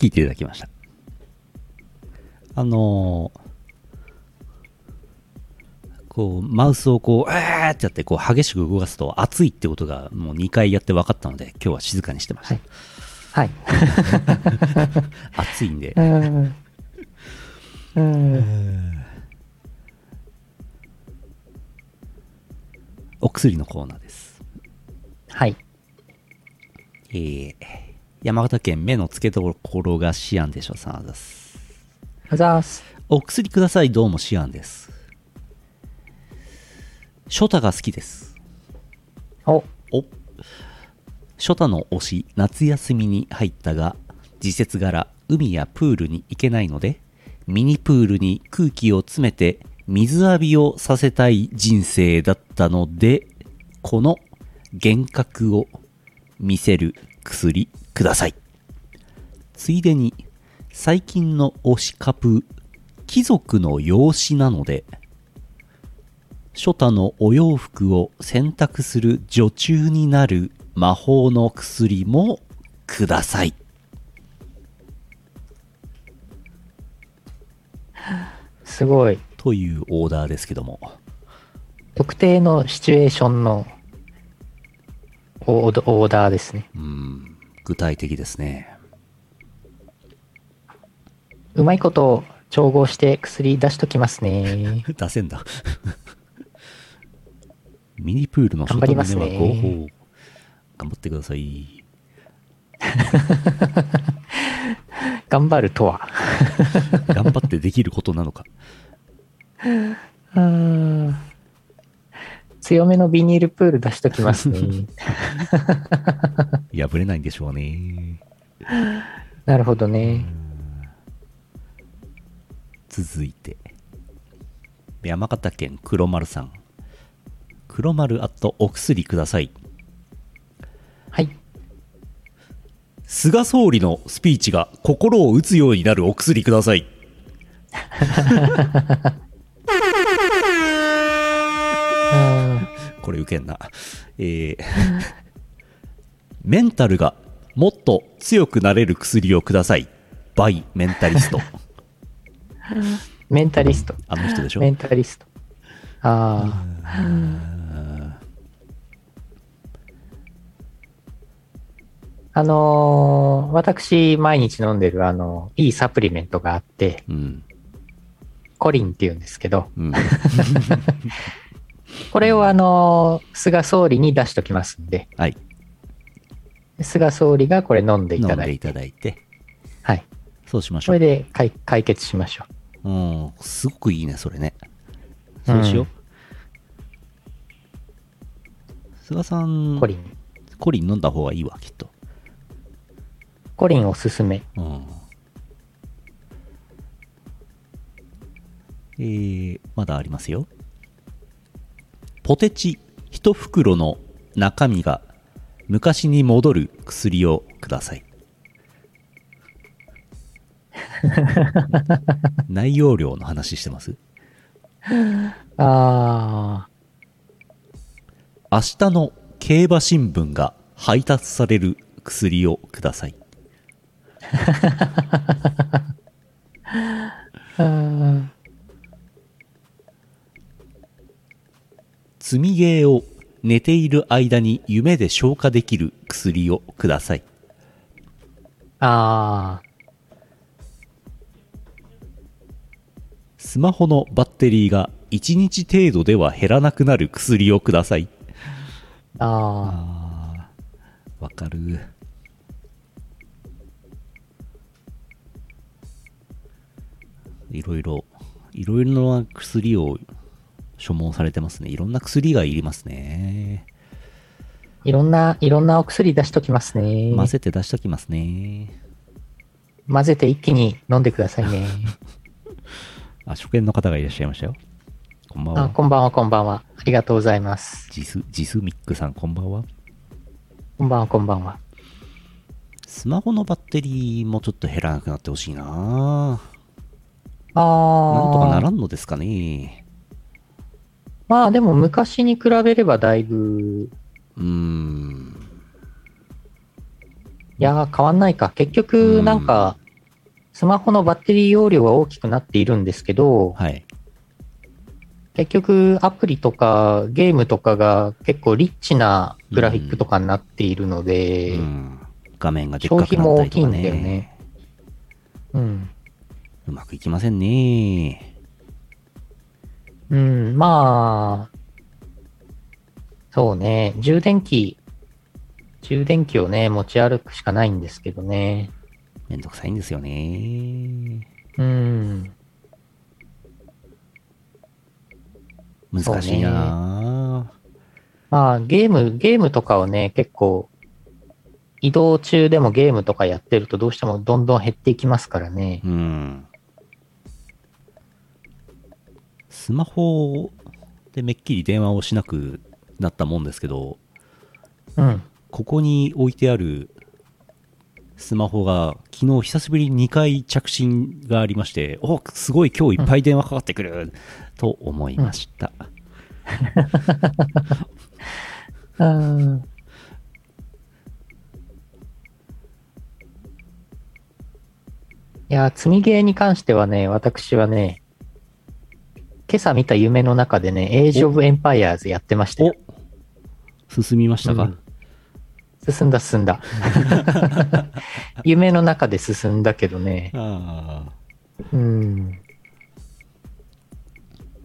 聞いていただきました。あのーこう、マウスをこう、えーってやって、こう、激しく動かすと熱いってことがもう2回やって分かったので、今日は静かにしてました。
はいはい。
熱いんで
う。ん。うん。
お薬のコーナーです。
はい。
えー、山形県目の付けどころがシアンでしょ、さんあざす。
あざーす。
お薬ください、どうもシアンです。ショタが好きです。
お、
おショタの推し、夏休みに入ったが、時節柄、海やプールに行けないので、ミニプールに空気を詰めて、水浴びをさせたい人生だったので、この幻覚を見せる薬ください。ついでに、最近の推しカプ、貴族の養子なので、初太のお洋服を洗濯する女中になる魔法の薬もください。
すごい。
というオーダーですけども。
特定のシチュエーションのオードオーダーですね。
うん、具体的ですね。
うまいこと調合して薬出しときますね。
出せんだ。 ミニプールの
頑張りますね
初太の目は合法。頑張ってください。
頑張るとは。
頑張ってできることなのか。
うーん強めのビニールプール出しときます ね。
破れないんでしょうね。
なるほどね。
続いて山形県黒丸さん黒丸あとお薬ください
はい。
菅総理のスピーチが心を打つようになるお薬くだ さいこれウケんなえー メンタルがもっと強くなれる薬をくださいバイメンタリス ト
メンタリスト。
あの人でしょ
メンタリスト。ああ。あのー私、毎日飲んでる、あの、いいサプリメントがあって、
うん
コリンって言うんですけど、
うん
これをあのー菅総理に出しときますんで、
はい
菅総理がこれ飲んでい
飲
た
ん
だ
で
い
い
て、
ただいて
はい。
そうしまし
こ
ょう
れで解解決しましょ
うん、すごくいいね、それね。そうしよう。菅さん
う。、コリン。
コリン飲んだ方がいいわ、きっと。
コリンおすすめ。
うん。えー、まだありますよ。ポテチ一袋の中身が昔に戻る薬をください。内容量の話してます
ああ、
明日の競馬新聞が配達される薬をください。
うん
積みゲーを寝ている間に夢で消化できる薬をください。
ああ、
スマホのバッテリーが1日程度では減らなくなる薬をください。
ああ、
あーわかる。いろいろ、いろいろな薬を所望されてますね。いろんな薬がいりますね。
いろんな、いろんなお薬出しときますね。
混ぜて出しときますね。
混ぜて一気に飲んでくださいね。
あ、初見の方がいらっしゃいましたよ。こんばん
あ
は。
こんばんは、こんばんは。ありがとうございます。
ジス、ジスミックさん、こんばんは。
こんばんは、こんばんは。
スマホのバッテリーもちょっと減らなくなってほしいな
ああ、
なんとかならんのですかね。
まあでも昔に比べればだいぶ、
うーん。
いやー、変わんないか。結局、なんか、スマホのバッテリー容量は大きくなっているんですけど、
はい。
結局アプリとかゲームとかが結構リッチなグラフィックとかになっているので、
うん。画面がでっ
消
かく
費
なっ
も
た
大
り
き
と
い
か
んだ
ね。
よね。うん。
うまくいきませんね。
うん、まあ、そうね、充電器、充電器をね、持ち歩くしかないんですけどね。
めんどくさいんですよね。
うん。
難しいなぁ
まあ、ゲーム、ゲームとかをね、結構、移動中でもゲームとかやってるとどうしてもどんどん減っていきますからね。
うん。スマホでめっきり電話をしなくなったもんですけど、
うん。
ここに置いてあるスマホが昨日久しぶりに2回着信がありまして、おすごい今日いっぱい電話かかってくる、と思いました。
うん。いや、積みゲーに関してはね、私はね、今朝見た夢の中でね、エイジ・オブ・エンパイアーズやってましたよ。
お進みましたか、
うん進んだ進 んだ。夢の中で進んだけどね。
あ
うん。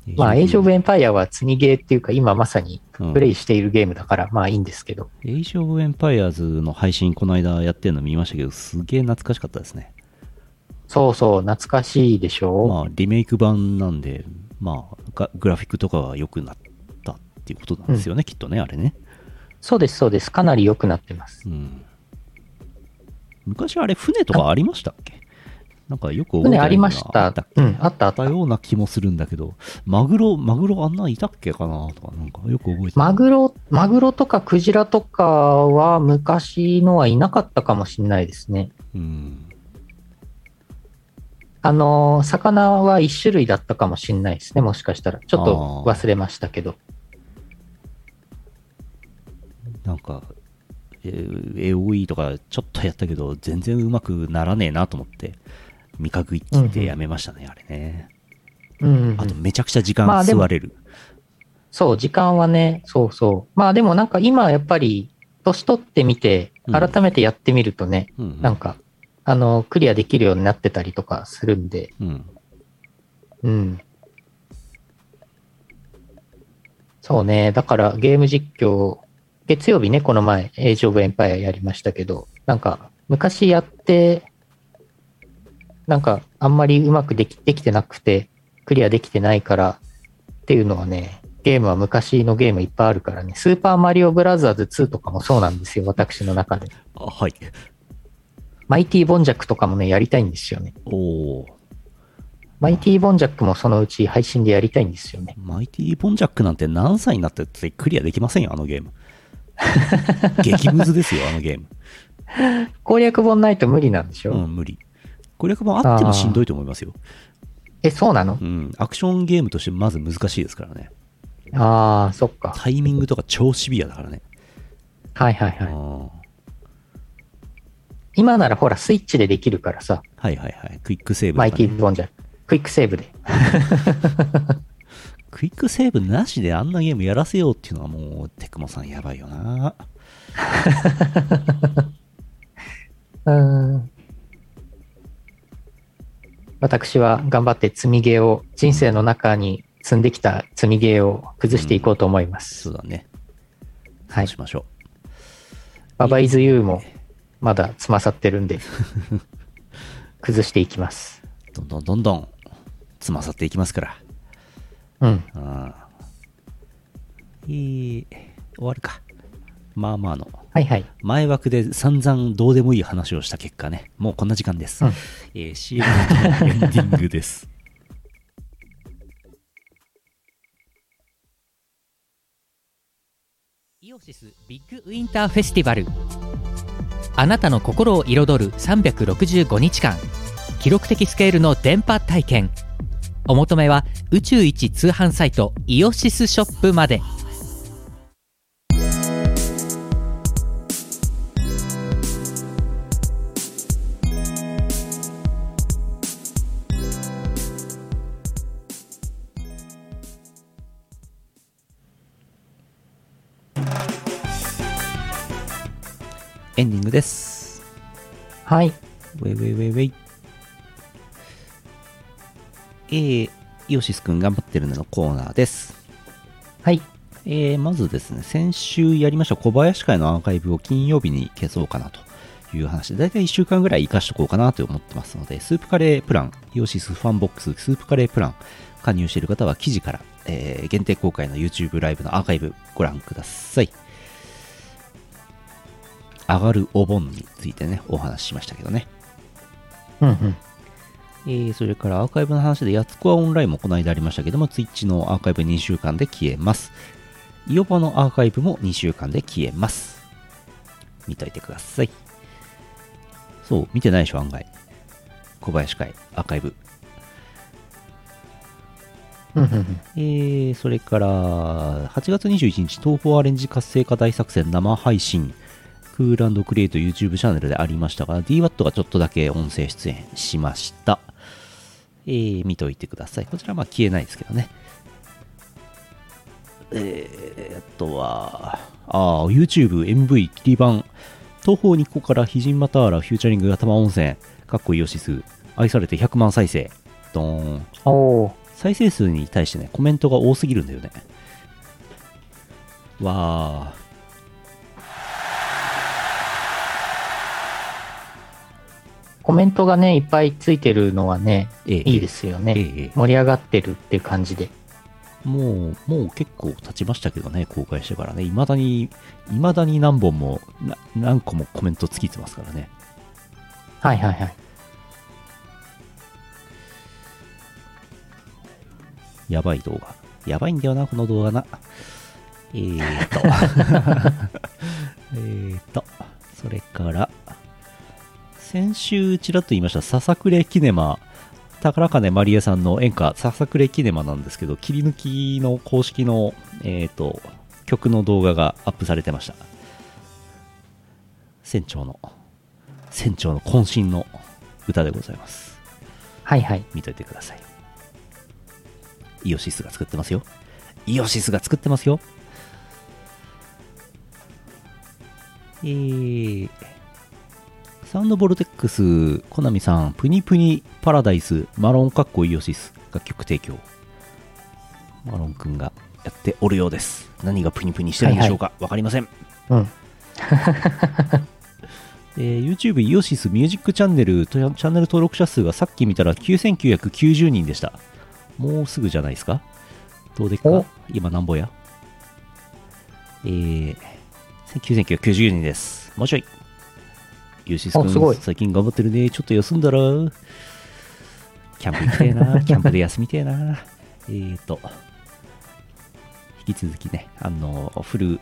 ー
まあ、エイジ・オブ・エンパイアは積みゲーっていうか、今まさに
うん
プレイしているゲームだから、まあいいんですけど。
エイジ・オブ・エンパイアーズの配信、この間やってるの見ましたけど、すげえ懐かしかったですね。
そうそう、懐かしいでしょ、
まあ、リメイク版なんで、まあ、がグラフィックとかは良くなったっていうことなんですよね、きっとね、あれね。
そうです、そうです。かなり良くなってます。
うん。昔あれ、船とかありましたっけなんかよく覚えて
船
ない
ありまし
あ
た
ったっ。け
うん、あったあ
あった
っ
た。ような気もするんだけど、マグロ、マグロあんないたっけかなとか、なんかよく覚えてない
マグロ、マグロとかクジラとかは昔のはいなかったかもしれないですね。
うん。
あのー、魚は一種類だったかもしれないですね、もしかしたら。ちょっと
あー
忘れましたけど。
なんか、えー AOE とかちょっとやったけど、全然うまくならねえなと思って、未確一気でやめましたね、あれね。
うんうん、
あと、めちゃくちゃ時間
まあでも
吸われる。
そう、時間はね、そうそう。まあでもなんか今やっぱり、年取ってみて、
うん
改めてやってみるとね、
うんうん
なんか、あのー、クリアできるようになってたりとかするんで、
うん。
うん。そうね。だからゲーム実況、月曜日ね、この前、エイジオブエンパイアやりましたけど、なんか、昔やって、なんか、あんまりうまくできできてなくて、クリアできてないからっていうのはね、ゲームは昔のゲームいっぱいあるからね、スーパーマリオブラザーズ2とかもそうなんですよ、私の中で。
あ、はい。
マイティボンジャックとかもね、やりたいんですよね。
おおー。
マイティボンジャックもそのうち配信でやりたいんですよね。
マイティ・ボンジャックなんて何歳になってってクリアできませんよ、あのゲー ム。激ムズですよ、あのゲーム。
攻略本ないと無理なんでしょ、
うん、無理。攻略本あってもしんどいと思いますよ。
え、そうなの
うん。アクションゲームとしてまず難しいですからね。
ああ、そっか。
タイミングとか超シビアだからね。
はいはい
うん
はい。
は
今ならほら、スイッチでできるからさ、
いはいはい。クイックセーブとか
マ
ね、
イティボンジャック。クイックセーブで。
クイックセーブなしであんなゲームやらせようっていうのはもう、テクモさんやばいよな。
うーん。私は頑張って積みゲーを、人生の中に積んできた積みゲーを崩していこうと思いま
そ
す。
うだね。
は
そ。
いう
しましょ
ババイズユーも、まだつまさって るんで、崩していきます。
う。どんどんどんどん、つまさっていきますから。
うん。
うん。えー、終わるか。まあまあの。
はいはい。
前枠で散々どうでもいい話をした結果ね、もうこんな時間です。
うん
えー、CM のエンディングです。
イオシスビッグウィンターフェスティバルあなたの心を彩る365日間記録的スケールの電波体験お求めは宇宙一通販サイトイオシスショップまで
エンディングです。
はい。
ウェイウェイウェイウェイ。えー、イオシスくん頑張ってるねのコーナーです。
はい。
えーまずですね、先週やりました小林会のアーカイブを金曜日に消そうかなという話で、だいたい1週間ぐらい活かしておこうかなと思ってますので、スープカレープラン、イオシスファンボックス、スープカレープラン、加入している方は記事から、えー限定公開の YouTube ライブのアーカイブご覧ください。上がるお盆についてね、お話ししましたけどね。
うんうん。
えーそれからアーカイブの話で、やつこはオンラインもこの間ありましたけども、Twitch のアーカイブ2週間で消えます。イオパのアーカイブも2週間で消えます。見といてください。そう、見てないでしょ、案外。小林会、アーカイブ。
うんうんうん。
えーそれから、8月21日、東宝アレンジ活性化大作戦生配信、クールクリエイト YouTube チャンネルでありましたが、DWAT がちょっとだけ音声出演しました。えー見といてください。こちらはまあ消えないですけどね。えー、あとは、あー YouTube、MV、切り版、東方日光からヒジンマターラ、フューチャリング、頭温泉、かっこいいよしす、愛されて100万再生、ドーン。
おー。
再生数に対してねコメントが多すぎるんだよねわあ
コメントがね、いっぱいついてるのはね、
ええ
いいですよ
ええ
ね。
ええ
盛り上がってるっていう感じで。
もうもう結構経ちましたけどね公開してからねいまだにいまだに何本もな何個もコメントつきてますからね
はいはいはい。
やばい動画やばいんだよなこの動画なえー、っとえーっとそれから先週ちらっと言いました笹倉キネマ宝金まりえさんの演歌「笹暮れキネマ」なんですけど切り抜きの公式の、えー、と曲の動画がアップされてました船長の船長の渾身の歌でございます
はいはい。
見といてくださいイオシスが作ってますよイオシスが作ってますよえー、サウンドボルテックスコナミさんプニプニパラダイスマロンかっこイオシス楽曲提供マロンくんがやっておるようです何がプニプニしてるんでしょうかわ、かりません
うん。
えー YouTube イオシスミュージックチャンネルとやチャンネル登録者数がさっき見たら9990人でしたもうすぐじゃないですかどうでっか
お
今なんぼやえー、9990人ですもうちょいイオシス
あすご
君
い
最近頑張ってるねちょっと休んだらキャンプ行きたい なキャンプで休みたいなえーと引き続きねあのフル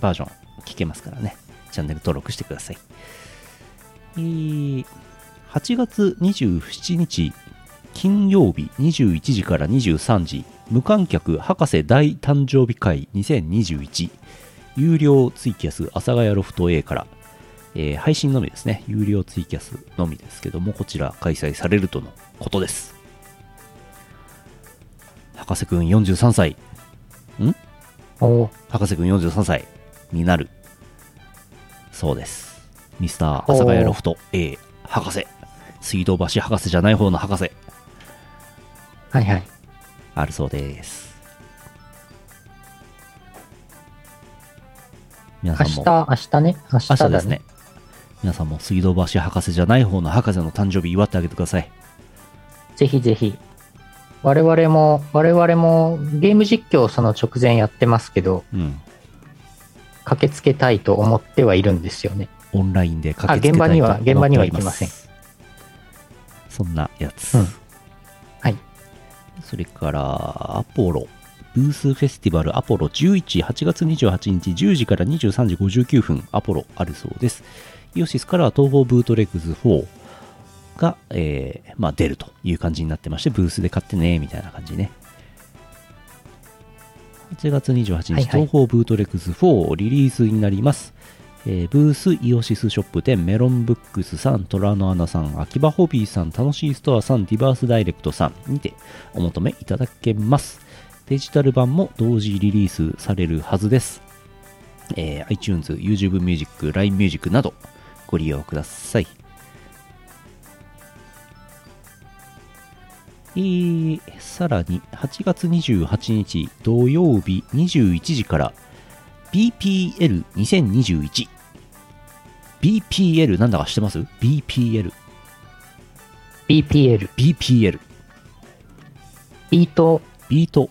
バージョン聞けますからねチャンネル登録してくださいえー8月27日金曜日21時から23時無観客博士大誕生日会2021有料ツイキャス阿佐ヶ谷ロフト A から、えー配信のみですね有料ツイキャスのみですけどもこちら開催されるとのことです博士くん43歳
おー。
博士くん43歳になるそうですミスター阿佐ヶ谷ロフト A 博士水道橋博士じゃない方の博士
はいはい。
あるそうです皆さ
明
んも
日、明日ね。明日
明
だ
日ですね。皆さんも水道橋博士じゃない方の博士の誕生日祝ってあげてください
ぜひぜひ。我々も、我々もゲーム実況をその直前やってますけど、
うん
駆けつけたいと思ってはいるんですよね。
オンラインで駆けつけた
あ
い
現場に
と
は
思っております
現場には行きません
そんなやつ、
うんはい。
それから、アポロ、ブースフェスティバルアポロ11、8月28日10時から23時59分、アポロあるそうです。イオシスからは東方ブートレックス4が、えーまあ、出るという感じになってまして、ブースで買ってね、みたいな感じね。8月28日、
はいはい
東方ブートレックス4リリースになります。えーブースイオシスショップ店メロンブックスさん虎の穴さん秋葉ホビーさん楽しいストアさんディバースダイレクトさんにてお求めいただけますデジタル版も同時リリースされるはずです、えー iTunes、YouTube Music、LINE Music などご利用ください。えーさらに8月28日土曜日21時から BPL2021 BPL なんだか知ってます ?BPL
BPL、
BPL
ビート、
ビート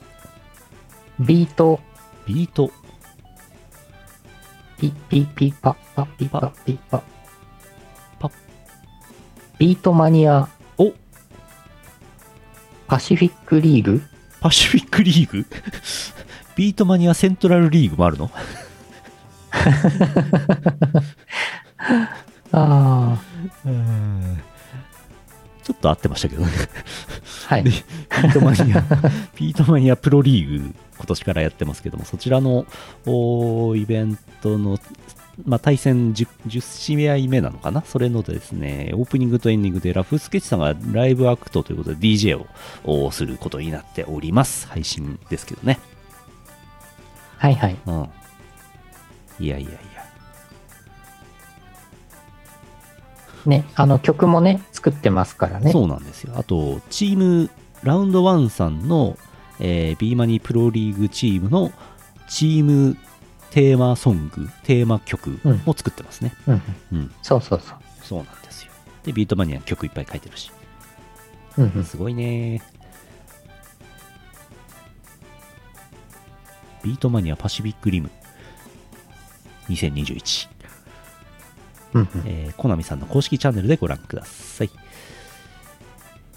ビート、
ビート
ピピピパ、パピ
パ
パピパ。
パ
ビートマニア、
お
パシフィックリーグ
パシフィックリーグ ビートマニアセントラルリーグもあるの
あ
ちょっと合ってましたけどね
あ、はい
で。ビートマニア、 ビートマニアプロリーグ、今年からやってますけども、そちらのおーイベントの、まあ、対戦 10, 10試合目なのかな、それのですね、オープニングとエンディングでラフスケッチさんがライブアクトということで DJ をおーすることになっております。配信ですけどね。
はいはい。
うん。いやいやいや。
ね、あの曲もね、作ってますからね。
そうなんですよ。あと、チーム、ラウンド1さんの、えー、B マニプロリーグチームのチームテーマソング、テーマ曲も作ってますね。
うん。
うん、
そうそうそう。
そうなんですよ。で、ビートマニア曲いっぱい書いてるし、
うんうん、
すごいね。ビートマニアパシフィックリム2021、
うん
えーコナミさんの公式チャンネルでご覧ください。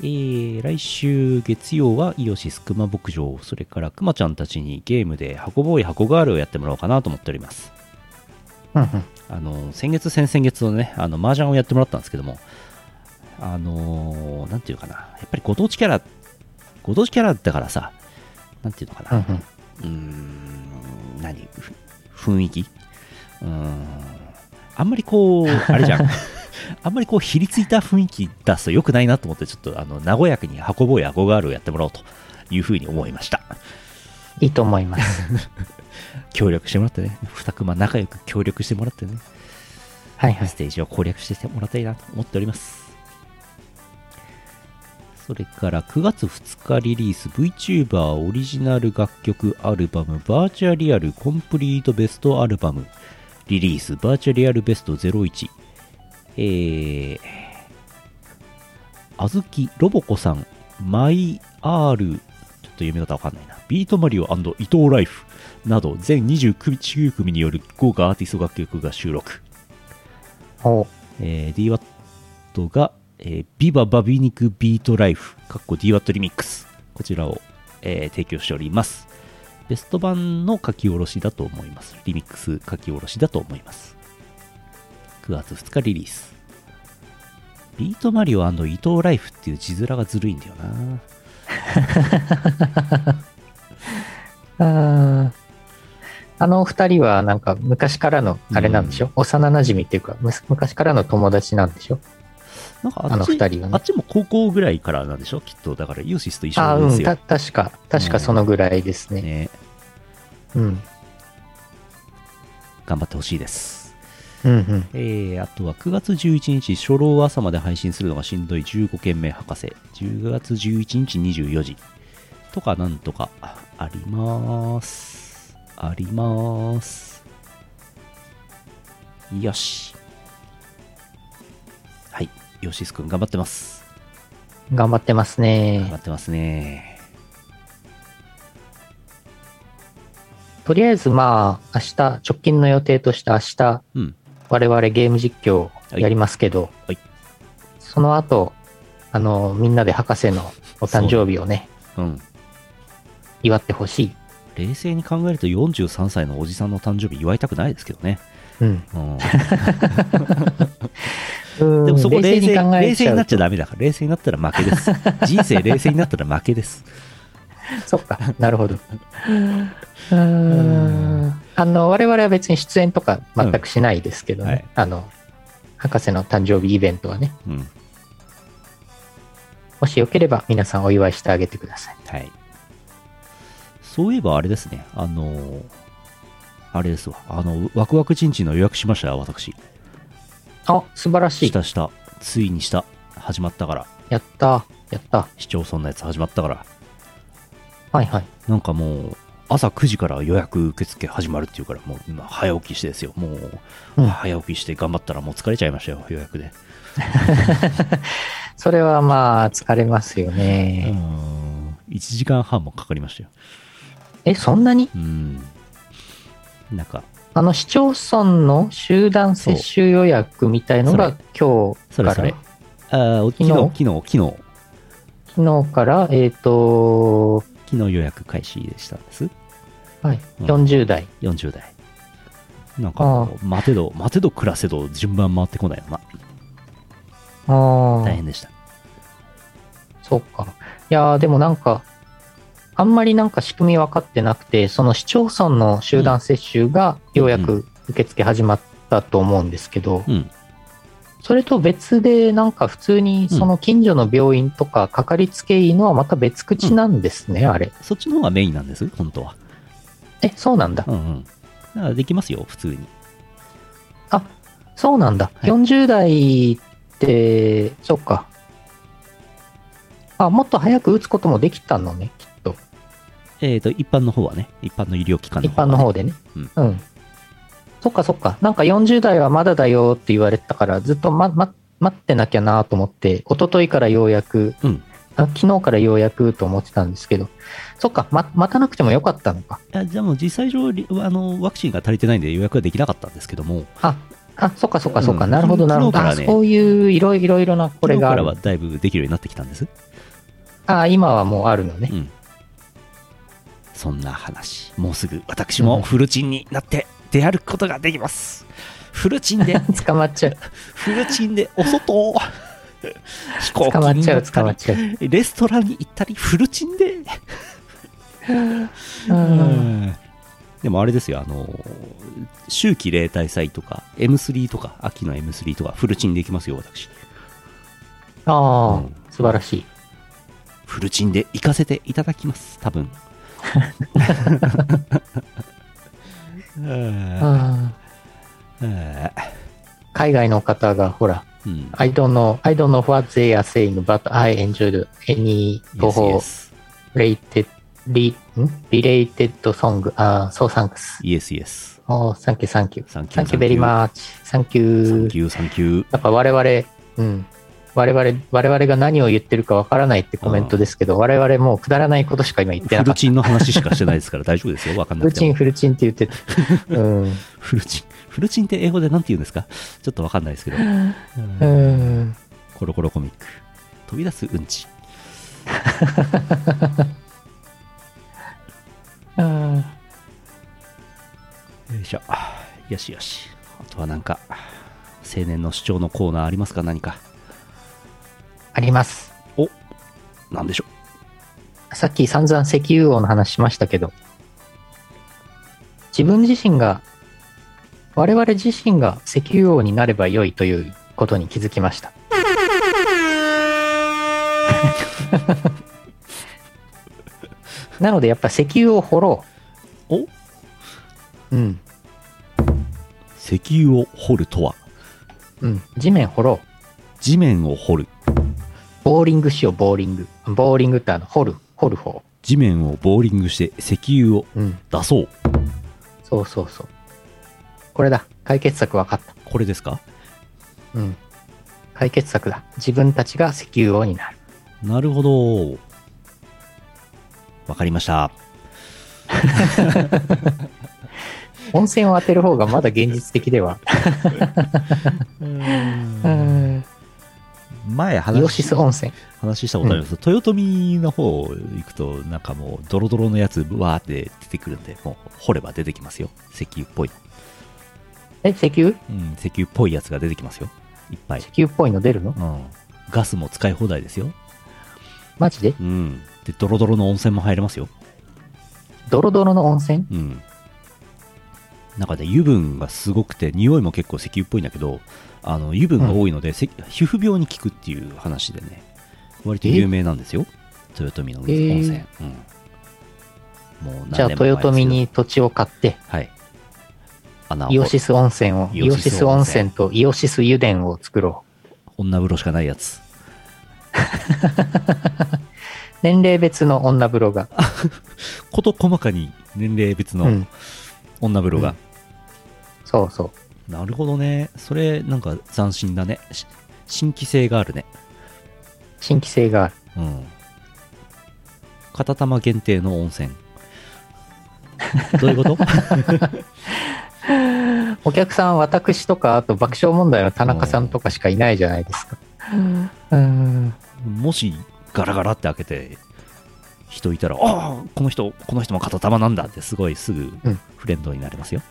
えー来週月曜はイオシスクマ牧場、それからクマちゃんたちにゲームで箱ボーイ、箱ガールをやってもらおうかなと思っております。
うんうん。
あの先月、先々月のね、あの麻雀をやってもらったんですけども、あのーなんていうかな、やっぱりご当地キャラ、ご当地キャラだからさ、なんていうのか
うん
な、
うん
うーん、何、ふ雰囲気うーん、あんまりこう、あれじゃん、あんまりこう、ひりついた雰囲気出すと良くないなと思って、ちょっとあの和やかに運ぼうやゴガールをやってもらおうというふうに思いました。
いいと思います。
協力してもらってね、二熊仲良く協力してもらってね。
はいはい
ス。テージを攻略してもらいたいなと思っております。それから9月2日リリース VTuber オリジナル楽曲アルバムバーチャリアルコンプリートベストアルバムリリースバーチャリアルベスト01えー、あずきロボコさんマイアールちょっと読み方わかんないなビートマリオ伊藤ライフなど全29組による豪華アーティスト楽曲が収録
お
えー、DWAT が、えー、ビババビ肉ビートライフ、かっこ DWAT リミックス、こちらを、えー提供しております。ベスト版の書き下ろしだと思います。リミックス書き下ろしだと思います。9月2日リリース。ビートマリオ伊藤ライフっていう字面がずるいんだよな。
あーあの二人はなんか昔からのあれなんでしょ、幼馴染っていうかむ昔からの友達なんでしょ
なんか
あ
あ
の
っち
二人は
あっ
ね。
ちも高校ぐらいからなんでしょきっと。だから、ユーシスと一緒
ああ
な
ー、
んで
う
す
ん、
よ。
た、確か、確かそのぐらいですね。
ね、
うん。
頑張ってほしいです。
うんうん。
えー、あとは9月11日、初老朝まで配信するのがしんどい15件目博士、10月11日24時とかなんとかああります。あります。よし。はい、ヨシスくん頑張ってます。
頑張ってます
頑張
ね。
ってますね。
とりあえずまあ、明日、直近の予定として明日、
うん。
我々ゲーム実況やりますけど、
はい
その後、あの、みんなで博士のお誕生日をね、
うん。
祝ってほしい。
冷静に考えると43歳のおじさんの誕生日祝いたくないですけどね。
うん。
うん。
で
でもそこ冷静に冷静になっ
う
ちゃダメだから冷静になったら負け です人生冷静になったら負けです
そっ か、なるほど。うーんあの、我々は別に出演とか全くしないですけどね、
うんはい
あの、博士の誕生日イベントはね、
うん
もしよければ皆さんお祝いしてあげてください。
はいそういえばあれですねあのーあれですわあのワクワク人事の予約しましたよ私
あ、素晴らしい
し。たしたついにした始まったから
やった。やった。
市町村のやつ始まったから
はいはい。
なんかもう朝9時から予約受付始まるっていうからもう今早起きしてですよもう、
うん
早起きして頑張ったらもう疲れちゃいましたよ予約で
それはまあ、疲れますよ
うー
ね。
ん1時間半もかかりましたよ
え、そんなに
うんなんか
あの、市町村の集団接種予約みたいのが今日
そ
か
れ
ら、
それあー昨日
日
昨日昨日
昨日から、えっ、と、
昨日予約開始でしたんです
はい、
うん
40代。
40代なんかもう待てど待てど暮らせど順番回ってこないよな
ああ
大、変でした
そうか。いやーでもなんか、あんまりなんか仕組み分かってなくて、その市町村の集団接種がようやく受付始まったと思うんですけど、
うん
それと別で、なんか普通にその近所の病院とか、かかりつけ医のはまた別口なんですね、あれ。
そっちの方がメインなんです本当は
え、そうなんだ
う。んうんだからできますよ普通に
あそうなんだ。
はい
40代って、そっか。あ、もっと早く打つこともできたのね、きっと。
えっ、と、一般の方はね、一般の医療機関の
一
方
般
は、
の方でね。
うん
うん。そっかそっか。なんか40代はまだだよって言われてたから、ずっと、まま、待ってなきゃなと思って、一昨日からようやく、
うん
あ昨日からようやくと思ってたんですけど、そっか、ま、待たなくてもよかったのか。
いやでも実際上りあの、ワクチンが足りてないんで予約はできなかったんですけども、
あ、あ、そっかそっかそっか。
うん
なるほどなるほど。
昨日
あ
からね
そういういろいろいろなこれ
昨日
があ
から
る
は。だいぶできるようになってきたんです。
あ、今はもうあるのね。
うん。そんな話、もうすぐ私もフルチンになって出歩くことができます。フルチン で、
捕まっちゃう。
フルチンでお外を、飛行機
捕まっ
に
ちゃ
乗
う、
っ
捕
た
まっ
り、
ちゃう。
レストランに行ったり、フルチンで
うん。
でもあれですよ、あの、秋季例大祭とか、M3 とか、秋の M3 とか、フルチンで行きますよ、私。
ああ
うん、
素晴らしい。
フルチンで行かせていただきます、多 分。 うん
うん海外の方が、ほら、
うん。
I don't know, I don't know what they are saying, but I enjoyed any Toho
Yes,
related, re- ん related song. ああ、そう、
yes.
thanks.
Yes, yes.
おー、thank you, thank you.
Thank you,
Thank you very much. Thank
Thank
you.
you, thank you.
やっぱ我々、うん。我々、我々が何を言ってるかわからないってコメントですけど、我々もうくだらないことしか今言って
フ
なか
ル
った。
チンの話しかしてないですから大丈夫ですよ、わかんな
フル
くて
チン、
も。
フルチンって言ってた。うん。
フルチン。フルチンって英語でなんて言うんですかちょっとわかんないですけど。うん
うん。
コロコロコミック。飛び出すうんち。
うん
よいしょ。よしよし。あとはなんか、青年の主張のコーナーありますか何か。
あります。
おなんでしょ
さっき散々石油王の話しましたけど、自分自身が、我々自身が石油王になれば良いということに気づきました。なのでやっぱ石油を掘ろ
うお
う。うん。
石油を掘るとは
うん。地面掘ろう。
地面を掘る。
ボーリングしよう、ボーリング。ボーリングってあの、掘る、掘る方。
地面をボーリングして石油を
うん。
出そう。
そうそうそう。これだ。解決策分かった。
これですか
うん。解決策だ。自分たちが石油王になる。
なるほど。わかりました。
温泉を当てる方がまだ現実的では。うん。
前
イオ
話
シス温泉。
話したことあります、豊臣の方行くとなんかもうドロドロのやつわーって出てくるんでもう掘れば出てきますよ石油っぽい、
え、石油
うん、石油っぽいやつが出てきますよいっぱい
石、油っぽいの出るの
うん、ガスも使い放題ですよ、
マジで
うん、でドロドロの温泉も入れますよ、
ドロドロの温泉
うん、なんかね油分がすごくて匂いも結構石油っぽいんだけどあの油分が多いので、せ皮膚病に効くっていう話でね割と有名なんですよ豊臣の温泉、
えー
うんもう何
じゃ
年も前です
あ、
けど
豊臣に土地を買って、
はい穴を
イオシス温泉を、
イ
イ
オ
オ
シ
シ
ス
ス
温
温
泉
泉とイオシス油田を作ろう。
女風呂しかないやつ。
年齢別の女風呂が。
こと細かに年齢別
う
の
ん。
女風呂が。
そうそう。
なるほどね。それ、なんか斬新だね。し新規性があるね。
新規性がある。
うん。片玉限定の温泉。どういうこと
お客さん、私とか、あと爆笑問題の田中さんとかしかいないじゃないですか。うん。
もし、ガラガラって開けて、人いたら、ああ、この人、この人も片玉なんだって、すごいすぐ
うん
フレンドになれますよ。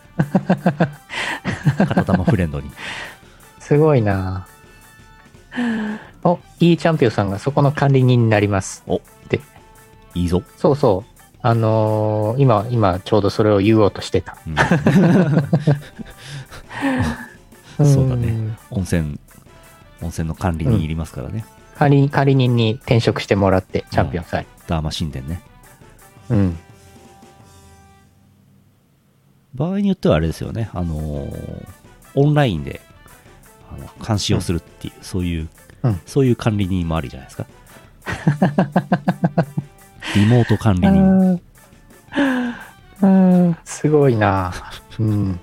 片玉フレンドに。
すごいなお、いいチャンピオンさんがそこの管理人になります。
いいぞ。
そうそう。あのー今、今、ちょうどそれを言おうとしてた。
うん
ん
そうだね。温泉、温泉の管理にいりますからね。
管理、管理人に転職してもらって、チャンピオンさんに。
ダーマ神殿ね。
うん。
場合によってはあれですよね、あのーオンラインであの監視をするっていう、そういう、
うん
そういう管理人もありじゃないですか。 リモート管理人、
うん。うんすごいなうん。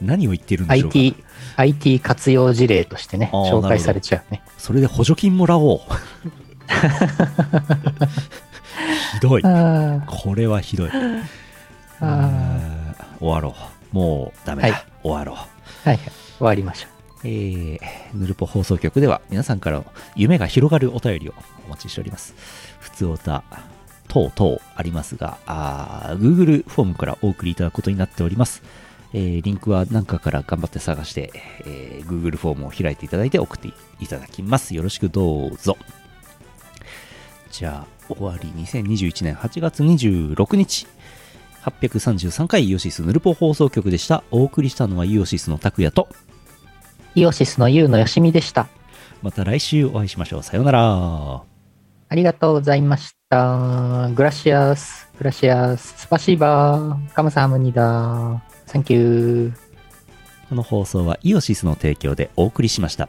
何を言ってるんでしょうか。
IT、IT 活用事例としてね、
あー
紹
なるほ
介
ど
されちゃうね。
それで補助金もら おう。ひどい。
あ
これはひどい。
ーあ
あー終わろう。もうダメだ。
はい
終わろう。
ー、はいはい、終わりましょ
えー、ヌルポ放送局では皆さんからの夢が広がるお便りをお待ちしております。普通おた等々ありますがあー、Google フォームからお送りいただくことになっております。えーリンクは何かから頑張って探して、えー Google フォームを開いていただいて送っていただきます。よろしくどうぞ。じゃあ、終わり2021年8月26日。833回イオシスヌルポ放送局でした。お送りしたのはイオシスの拓也と
う。イオシスのユウのよしみでした。
また来週お会いしましょう。さようなら。
ありがとうございました。グラシアス、グラシアス、スパシーバー、カムサハムニダー、サンキュー。
この放送はイオシスの提供でお送りしました。